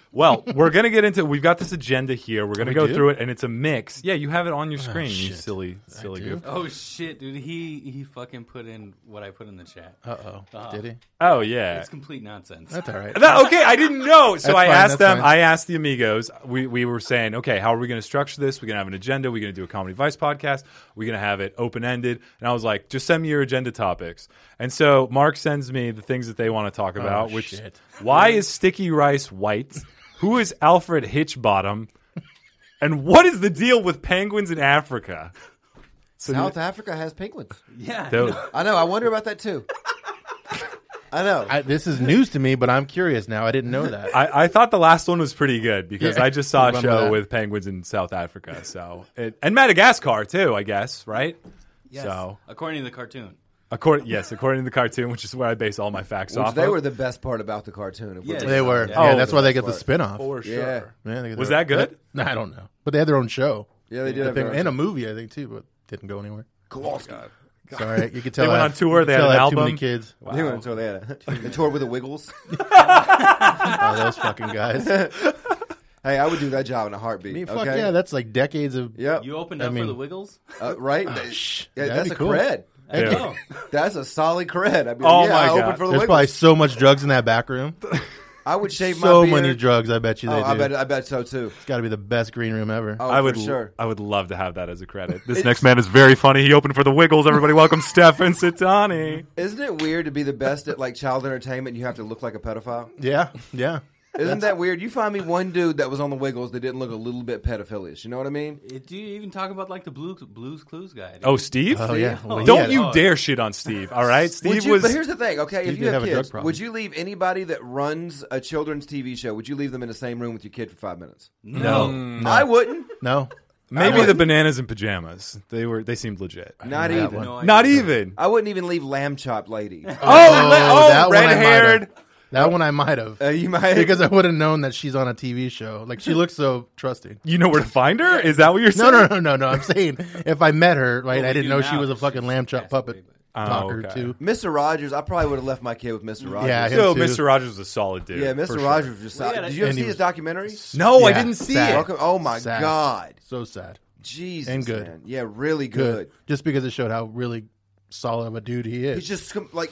Speaker 3: well, we're gonna get into. We've got this agenda here. We're gonna
Speaker 5: we
Speaker 3: go
Speaker 5: do? Oh,
Speaker 3: through it, and it's a mix. Yeah, you have it on your screen. you
Speaker 5: shit.
Speaker 3: silly, silly
Speaker 5: do?
Speaker 3: goof.
Speaker 7: Oh shit, dude! He he fucking put in what I put in the chat.
Speaker 5: Uh oh, did he?
Speaker 3: Oh yeah,
Speaker 7: It's complete nonsense.
Speaker 5: That's all right.
Speaker 3: That- okay, I didn't know. So
Speaker 5: That's
Speaker 3: I
Speaker 5: fine,
Speaker 3: asked
Speaker 5: that's
Speaker 3: them.
Speaker 5: fine.
Speaker 3: I asked the amigos. We we were saying, okay, how are we going to structure this? We're going to have an agenda. We're going to do a comedy vice podcast. We're going to have it open ended. And I was like, just send me your agenda topics. And so Mark sends me the things that they want to talk about. which
Speaker 5: Oh, shit.
Speaker 3: why is sticky rice white? Who is Alfred Hitchbottom? And what is the deal with penguins in Africa?
Speaker 6: South Africa has penguins.
Speaker 7: yeah.
Speaker 3: Those-
Speaker 6: I know. I wonder about that too. I know.
Speaker 5: I, this is news to me, but I'm curious now. I didn't know that.
Speaker 3: I, I thought the last one was pretty good because
Speaker 5: Yeah.
Speaker 3: I just saw a
Speaker 5: Remember
Speaker 3: show
Speaker 5: that.
Speaker 3: with penguins in South Africa, so it, and Madagascar too, I guess, right?
Speaker 7: Yes,
Speaker 3: So
Speaker 7: according to the cartoon.
Speaker 3: according yes, according to the cartoon, which is where I base all my facts
Speaker 6: Which
Speaker 3: off.
Speaker 6: they
Speaker 3: of.
Speaker 6: were the best part about the cartoon. if we're
Speaker 7: Yeah.
Speaker 6: being
Speaker 5: they were.
Speaker 6: honest.
Speaker 5: Yeah,
Speaker 3: Oh,
Speaker 5: that's why they get the spinoff.
Speaker 3: for sure.
Speaker 6: Yeah.
Speaker 5: Man, they get
Speaker 3: Was
Speaker 5: their-
Speaker 3: that good?
Speaker 5: Nah, I don't know. But they had their own show.
Speaker 6: Yeah, they did
Speaker 5: I
Speaker 6: have
Speaker 5: think,
Speaker 6: their
Speaker 5: and a
Speaker 6: own
Speaker 5: movie, I think, too, but didn't go anywhere.
Speaker 6: Kowalski.
Speaker 5: Sorry, you could tell.
Speaker 3: They went
Speaker 5: I
Speaker 3: on
Speaker 5: have-
Speaker 3: tour,
Speaker 5: you could
Speaker 3: they had
Speaker 5: tell
Speaker 3: an
Speaker 5: I have Too many
Speaker 3: album.
Speaker 5: kids.
Speaker 6: They were until they had a, they toured with the Wiggles.
Speaker 5: Oh, those fucking guys.
Speaker 6: hey, I would do that job in a heartbeat.
Speaker 5: I mean, fuck
Speaker 6: okay?
Speaker 5: yeah, that's like decades of.
Speaker 6: Yep.
Speaker 7: You opened
Speaker 5: I
Speaker 7: up
Speaker 5: mean-
Speaker 7: for the Wiggles.
Speaker 6: Uh, right?
Speaker 5: Shh,
Speaker 6: yeah,
Speaker 5: that'd
Speaker 6: that's
Speaker 5: be
Speaker 6: a
Speaker 5: cool.
Speaker 6: cred.
Speaker 3: Yeah.
Speaker 7: Oh,
Speaker 6: That's a solid cred. I'd be
Speaker 3: Oh
Speaker 6: like, yeah,
Speaker 3: my
Speaker 6: I
Speaker 3: God.
Speaker 6: opened for the
Speaker 5: There's
Speaker 6: Wiggles.
Speaker 5: probably so much drugs in that back room.
Speaker 6: I would shave my
Speaker 5: so
Speaker 6: beard.
Speaker 5: many drugs. I bet you they
Speaker 6: Oh,
Speaker 5: do.
Speaker 6: I bet. I bet so too.
Speaker 5: it's got to be the best green room ever.
Speaker 6: Oh,
Speaker 3: I would
Speaker 6: for sure.
Speaker 3: I would love to have that as a credit. This
Speaker 6: It's-
Speaker 3: next man is very funny. He opened for the Wiggles. Everybody welcome Stefan Sitani.
Speaker 6: Isn't it weird to be the best at like child entertainment? and You have to look like a pedophile.
Speaker 5: Yeah, yeah.
Speaker 6: Isn't that weird? You find me one dude that was on the Wiggles that didn't look a little bit pedophilish. You know what I mean?
Speaker 7: it- do you even talk about like the Blues Blues Clues guy? dude?
Speaker 3: Oh, Steve?
Speaker 5: Oh yeah. Well, he
Speaker 3: Don't
Speaker 5: had-
Speaker 3: you dare shit on Steve, all right?
Speaker 6: Would
Speaker 3: Steve
Speaker 6: you-
Speaker 3: was
Speaker 6: but here's the thing, okay? If
Speaker 5: He
Speaker 6: you
Speaker 5: did
Speaker 6: have,
Speaker 5: have a drug
Speaker 6: kids,
Speaker 5: problem.
Speaker 6: would you leave anybody that runs a children's TV show? Would you leave them in the same room with your kid for five minutes?
Speaker 5: No,
Speaker 6: I wouldn't.
Speaker 5: no.
Speaker 3: maybe the bananas and pajamas. They were they seemed legit.
Speaker 6: Not
Speaker 5: that
Speaker 6: even.
Speaker 5: one.
Speaker 7: No idea.
Speaker 3: Not even.
Speaker 6: I wouldn't even leave lamb chop lady.
Speaker 3: Oh,
Speaker 5: Oh, that one I might have.
Speaker 3: red-haired.
Speaker 5: That one I might have
Speaker 6: Uh, you might
Speaker 5: because I would have known that she's on a TV show. Like she looks so trusting.
Speaker 3: You know where to find her? Is that what you're
Speaker 5: No,
Speaker 3: saying?
Speaker 5: no, no, no, no. I'm saying if I met her, right,
Speaker 7: Well,
Speaker 5: I
Speaker 7: we
Speaker 5: didn't
Speaker 7: do
Speaker 5: know she
Speaker 7: now,
Speaker 5: was a
Speaker 7: but
Speaker 5: fucking
Speaker 7: she's
Speaker 5: lamb chop
Speaker 7: passed away,
Speaker 5: puppet
Speaker 3: Oh,
Speaker 5: talker
Speaker 3: okay.
Speaker 5: too.
Speaker 6: Mr. Rogers, I probably would have left my kid with Mr. Rogers.
Speaker 5: Yeah, him
Speaker 3: Yo,
Speaker 5: too.
Speaker 3: Mr. Rogers is a solid dude.
Speaker 6: Yeah,
Speaker 3: for
Speaker 6: Mr.
Speaker 3: sure.
Speaker 6: Rogers was just.
Speaker 7: yeah,
Speaker 6: Did you ever
Speaker 5: and
Speaker 6: see
Speaker 5: he
Speaker 6: his
Speaker 5: was-
Speaker 6: documentary?
Speaker 3: No, I
Speaker 5: Yeah,
Speaker 3: didn't see
Speaker 5: sad.
Speaker 3: it.
Speaker 6: Welcome- Oh my
Speaker 5: Sad.
Speaker 6: God,
Speaker 5: So sad.
Speaker 6: Jesus,
Speaker 5: And good.
Speaker 6: man. Yeah, really
Speaker 5: Good.
Speaker 6: good.
Speaker 5: Just because it showed how really solid of a dude he is.
Speaker 6: He's just com- like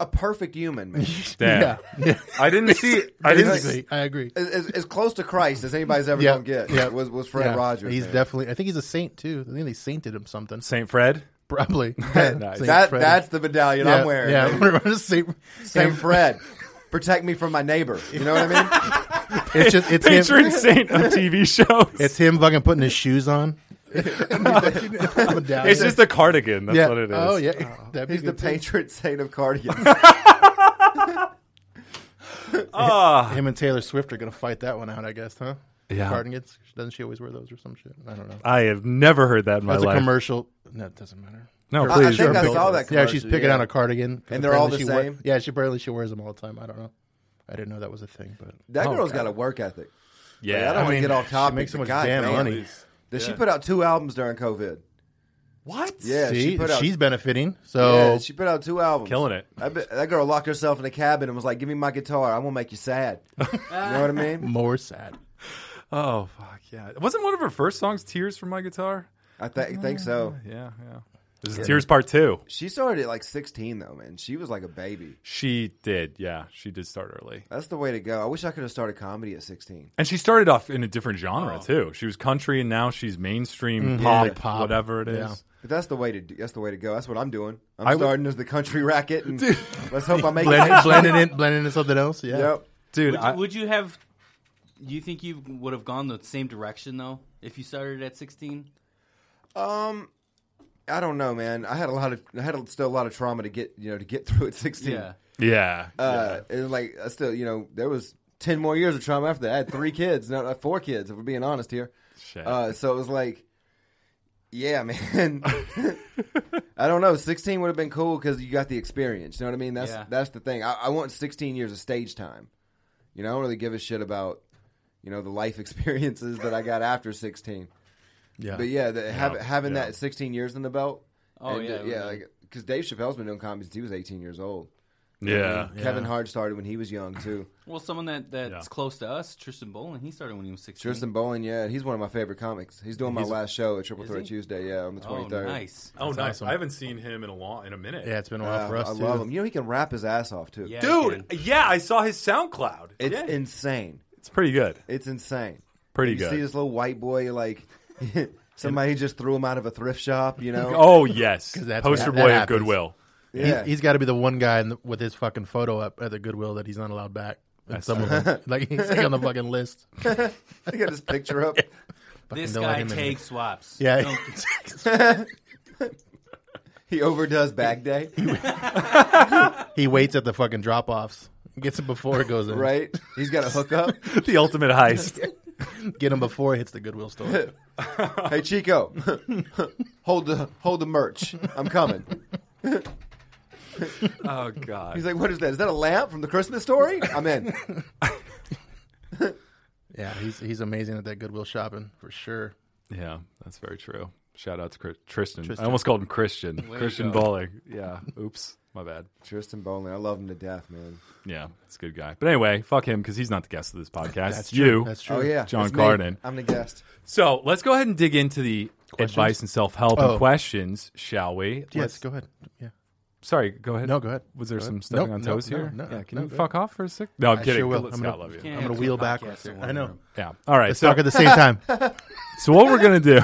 Speaker 6: a perfect human, man.
Speaker 3: Damn.
Speaker 5: yeah. yeah.
Speaker 3: I didn't see I didn't see
Speaker 5: Basically, I agree.
Speaker 6: as, as, as close to Christ as anybody's ever
Speaker 5: Yeah,
Speaker 6: gonna get.
Speaker 5: yeah.
Speaker 6: was was Fred
Speaker 5: Yeah.
Speaker 6: Rogers.
Speaker 5: He's
Speaker 6: man.
Speaker 5: definitely. I think he's a saint too. I think they sainted him something.
Speaker 3: St. Fred.
Speaker 5: Probably. Saint
Speaker 6: that.
Speaker 5: Fred.
Speaker 6: That's the medallion
Speaker 5: yeah,
Speaker 6: I'm wearing.
Speaker 5: Yeah,
Speaker 6: baby.
Speaker 5: I'm wearing a saint.
Speaker 6: Saint
Speaker 5: him-
Speaker 6: Fred, protect me from my neighbor. You know what I mean?
Speaker 5: It's just it's
Speaker 3: Patron
Speaker 5: him.
Speaker 3: saint of TV shows.
Speaker 5: It's him fucking putting his shoes on. Medallion.
Speaker 3: It's just a cardigan. That's
Speaker 5: yeah.
Speaker 3: what it is.
Speaker 5: Oh yeah, That'd be
Speaker 6: He's the
Speaker 5: good, too.
Speaker 6: patron saint of cardigans.
Speaker 3: Ah.
Speaker 5: Him and Taylor Swift are gonna fight that one out, I guess, huh?
Speaker 3: Yeah.
Speaker 5: cardigans. Doesn't she always wear those or some shit? I don't know.
Speaker 3: I have never heard that in my
Speaker 5: That's a
Speaker 3: life.
Speaker 5: commercial. No, it doesn't matter.
Speaker 3: No,
Speaker 5: Her-
Speaker 3: please.
Speaker 6: I think I
Speaker 5: Her-
Speaker 6: saw that
Speaker 5: Yeah, she's
Speaker 6: commercial,
Speaker 5: picking
Speaker 6: yeah.
Speaker 5: out a cardigan, 'cause
Speaker 6: And they're all
Speaker 5: apparently
Speaker 6: the
Speaker 5: she wear-
Speaker 6: same?
Speaker 5: yeah, she apparently she wears them all the time. I don't know. I didn't know that was a thing, but
Speaker 6: That
Speaker 3: Oh,
Speaker 6: girl's
Speaker 3: God.
Speaker 6: got a work ethic.
Speaker 3: yeah,
Speaker 6: I don't want to
Speaker 5: mean,
Speaker 6: get off
Speaker 5: she
Speaker 6: topic.
Speaker 5: makes so
Speaker 6: but
Speaker 5: much
Speaker 6: God
Speaker 5: damn
Speaker 6: damn,
Speaker 5: money.
Speaker 6: Did she put out two albums during COVID?
Speaker 3: What?
Speaker 6: Yeah,
Speaker 5: see,
Speaker 6: she put out.
Speaker 5: she's benefiting. So
Speaker 6: yeah, she put out two albums.
Speaker 3: Killing it.
Speaker 6: I bet, that girl locked herself in a cabin and was like, "Give me my guitar. I won't make you sad." you know what I mean?
Speaker 5: more sad.
Speaker 3: Oh fuck yeah! Wasn't one of her first songs "Tears from My Guitar"?
Speaker 6: I th- think so.
Speaker 3: Yeah, yeah. This is "Tears Part 2.
Speaker 6: She started at like 16 though, man. She was like a baby.
Speaker 3: She did. Yeah, she did start early,
Speaker 6: That's the way to go. I wish I could have started comedy at 16.
Speaker 3: and she started off in a different genre too. She was country, and now she's mainstream pop,
Speaker 5: Like pop.
Speaker 3: whatever it is.
Speaker 5: Yeah.
Speaker 6: But that's the way to do, that's the way to go. That's what I'm doing. I'm
Speaker 3: I would-
Speaker 6: starting as the country racket, and let's hope I make
Speaker 5: blending,
Speaker 6: it.
Speaker 5: blending in, blending into something else. Yeah,
Speaker 6: Yep.
Speaker 3: Dude,
Speaker 7: Would,
Speaker 3: I,
Speaker 7: would you have? You think you would have gone the same direction though if you started at sixteen?
Speaker 6: Um, I don't know, man. I had a lot of I had a- still a lot of trauma to get you know to get through at 16.
Speaker 7: Yeah.
Speaker 3: yeah,
Speaker 6: Uh, And like I still you know there was 10 more years of trauma after that. I had three kids, no, not uh, four kids. If we're being honest here.
Speaker 3: Shit.
Speaker 6: Uh, so it was like, yeah, man. I don't know. 16 would have been cool because you got the experience. You know what I mean? That's
Speaker 7: Yeah.
Speaker 6: that's the thing. I, I want 16 years of stage time. You know, I don't really give a shit about you know the life experiences that I got after 16.
Speaker 5: yeah.
Speaker 6: But yeah, the, have, having
Speaker 3: yeah.
Speaker 6: that 16 years in the belt.
Speaker 7: Oh,
Speaker 6: and,
Speaker 7: yeah,
Speaker 6: uh,
Speaker 7: it
Speaker 6: yeah.
Speaker 7: would've
Speaker 6: Like because Dave Chappelle's been doing comedy since he was 18 years old.
Speaker 3: yeah.
Speaker 6: Kevin Hart started when he was young too.
Speaker 7: Well, someone that that's
Speaker 3: Yeah.
Speaker 7: close to us, Tristan Bolin, he started when he was sixteen.
Speaker 6: Tristan Bowen, yeah, he's one of my favorite comics. He's doing my last show at Triple
Speaker 7: Is
Speaker 6: Threat
Speaker 7: he?
Speaker 6: Tuesday, yeah, on the
Speaker 7: oh,
Speaker 6: 23rd.
Speaker 7: nice.
Speaker 3: Oh, nice.
Speaker 5: awesome.
Speaker 3: I haven't seen him in a long, in a minute.
Speaker 5: Yeah, it's been a while
Speaker 6: Uh,
Speaker 5: for us
Speaker 6: I
Speaker 5: too.
Speaker 6: love him. You know he can rap his ass off too.
Speaker 7: Yeah,
Speaker 3: dude.
Speaker 7: Ken.
Speaker 3: Yeah, I saw his SoundCloud.
Speaker 6: It's
Speaker 3: yeah.
Speaker 6: insane.
Speaker 3: it's pretty good.
Speaker 6: It's insane.
Speaker 3: Pretty
Speaker 6: you
Speaker 3: good.
Speaker 6: see this little white boy like somebody just threw him out of a thrift shop, you know?
Speaker 3: oh yes,
Speaker 5: that's
Speaker 3: poster
Speaker 5: what- that
Speaker 3: boy of
Speaker 5: happens.
Speaker 3: Goodwill.
Speaker 6: yeah.
Speaker 5: He, has got to be the one guy in the, with his fucking photo up at the Goodwill that he's not allowed back. And some of them, like he's like on the fucking list.
Speaker 6: I got his picture up.
Speaker 7: This
Speaker 5: don't let
Speaker 7: guy
Speaker 5: him in
Speaker 7: takes swaps.
Speaker 5: Yeah.
Speaker 7: Don't-
Speaker 6: He overdoes bag day,
Speaker 5: He waits at the fucking drop offs. Gets it before it goes in.
Speaker 6: right? He's got a hookup.
Speaker 3: the ultimate heist.
Speaker 5: Get him before it hits the Goodwill store.
Speaker 6: Hey Chico, hold the hold the merch. I'm coming.
Speaker 3: oh god.
Speaker 6: He's like, what is that? Is that a lamp from the Christmas story? I'm in.
Speaker 5: Yeah, he's he's amazing at that Goodwill shopping for sure.
Speaker 3: Yeah, that's very true. Shout out to Chris- Tristan. I almost called him Christian. Christian Bowling. Yeah. Oops. My bad.
Speaker 6: Tristan Bowling, I love him to death, man.
Speaker 3: Yeah, it's a good guy. But anyway, fuck him because he's not the guest of this podcast. It's
Speaker 5: true.
Speaker 3: you.
Speaker 5: That's true.
Speaker 6: Oh yeah,
Speaker 3: John
Speaker 6: it's me.
Speaker 3: Carden.
Speaker 6: I'm the guest.
Speaker 3: So let's go ahead and dig into the advice and self help
Speaker 5: Oh.
Speaker 3: and questions, shall we?
Speaker 5: Yes,
Speaker 3: Let's-
Speaker 5: go ahead. Yeah.
Speaker 3: Sorry, go ahead.
Speaker 5: No, go ahead.
Speaker 3: Was there
Speaker 5: Go
Speaker 3: some
Speaker 5: ahead.
Speaker 3: stepping
Speaker 5: Nope,
Speaker 3: on
Speaker 5: nope,
Speaker 3: toes
Speaker 5: no,
Speaker 3: here?
Speaker 5: no,
Speaker 3: yeah, can
Speaker 5: no,
Speaker 3: you
Speaker 5: go
Speaker 3: fuck off for a sec? No, I'm
Speaker 5: I
Speaker 3: kidding.
Speaker 5: sure will.
Speaker 3: Scott,
Speaker 5: I'm gonna-
Speaker 3: love you.
Speaker 7: Can't
Speaker 5: I'm gonna
Speaker 7: have
Speaker 5: wheel
Speaker 7: two
Speaker 5: backwards
Speaker 7: podcasts
Speaker 5: here.
Speaker 7: in
Speaker 5: I
Speaker 7: one
Speaker 5: know.
Speaker 7: room.
Speaker 3: Yeah. All right.
Speaker 5: Let's
Speaker 3: So,
Speaker 5: talk at the same time.
Speaker 3: so what we're gonna do?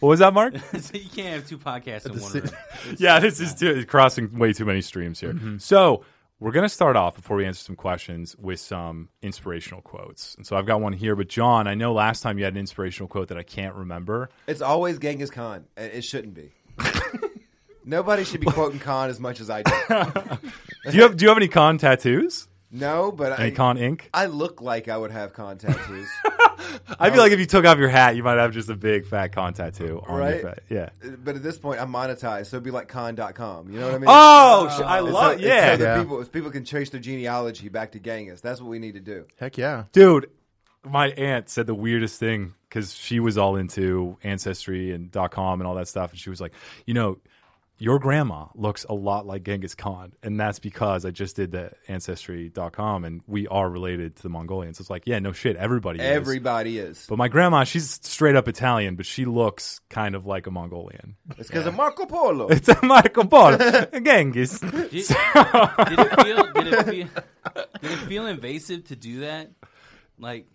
Speaker 3: What was that, Mark?
Speaker 7: So you can't have two podcasts in
Speaker 5: the
Speaker 7: one
Speaker 5: si-
Speaker 7: room.
Speaker 3: yeah, this is too, crossing way too many streams here.
Speaker 5: Mm-hmm.
Speaker 3: So we're going to start off before we answer some questions with some inspirational quotes. And so I've got one here, but John, I know last time you had an inspirational quote that I can't remember.
Speaker 6: It's always Genghis Khan, and it shouldn't be. Nobody should be quoting Khan as much as I do.
Speaker 3: Do you have Do you have any con tattoos?
Speaker 6: No, but
Speaker 3: Any
Speaker 6: I,
Speaker 3: con ink?
Speaker 6: I look like I would have Khan tattoos.
Speaker 3: I feel like if you took off your hat, you might have just a big fat con tattoo on
Speaker 6: Right.
Speaker 3: your face. Yeah.
Speaker 6: but at this point, I'm monetized, so it'd be like Khan.com. You know what I mean?
Speaker 3: Oh, sh- I
Speaker 6: It's
Speaker 3: love
Speaker 6: so- it's
Speaker 3: yeah.
Speaker 6: so that
Speaker 5: Yeah.
Speaker 6: people, people can trace their genealogy back to Genghis. That's what we need to do.
Speaker 5: Heck yeah.
Speaker 3: dude my aunt said the weirdest thing because she was all into ancestry and com and all that stuff and she was like you know your grandma looks a lot like genghis khan and that's because i just did the ancestry.com and we are related to the mongolians it's like yeah no shit everybody is.
Speaker 6: Everybody is.
Speaker 3: but my grandma she's straight up italian but she looks kind of like a mongolian
Speaker 6: It's because of Marco Polo.
Speaker 3: it's a michael ball genghis
Speaker 7: Did, did it feel did it feel did it feel invasive to do that? Like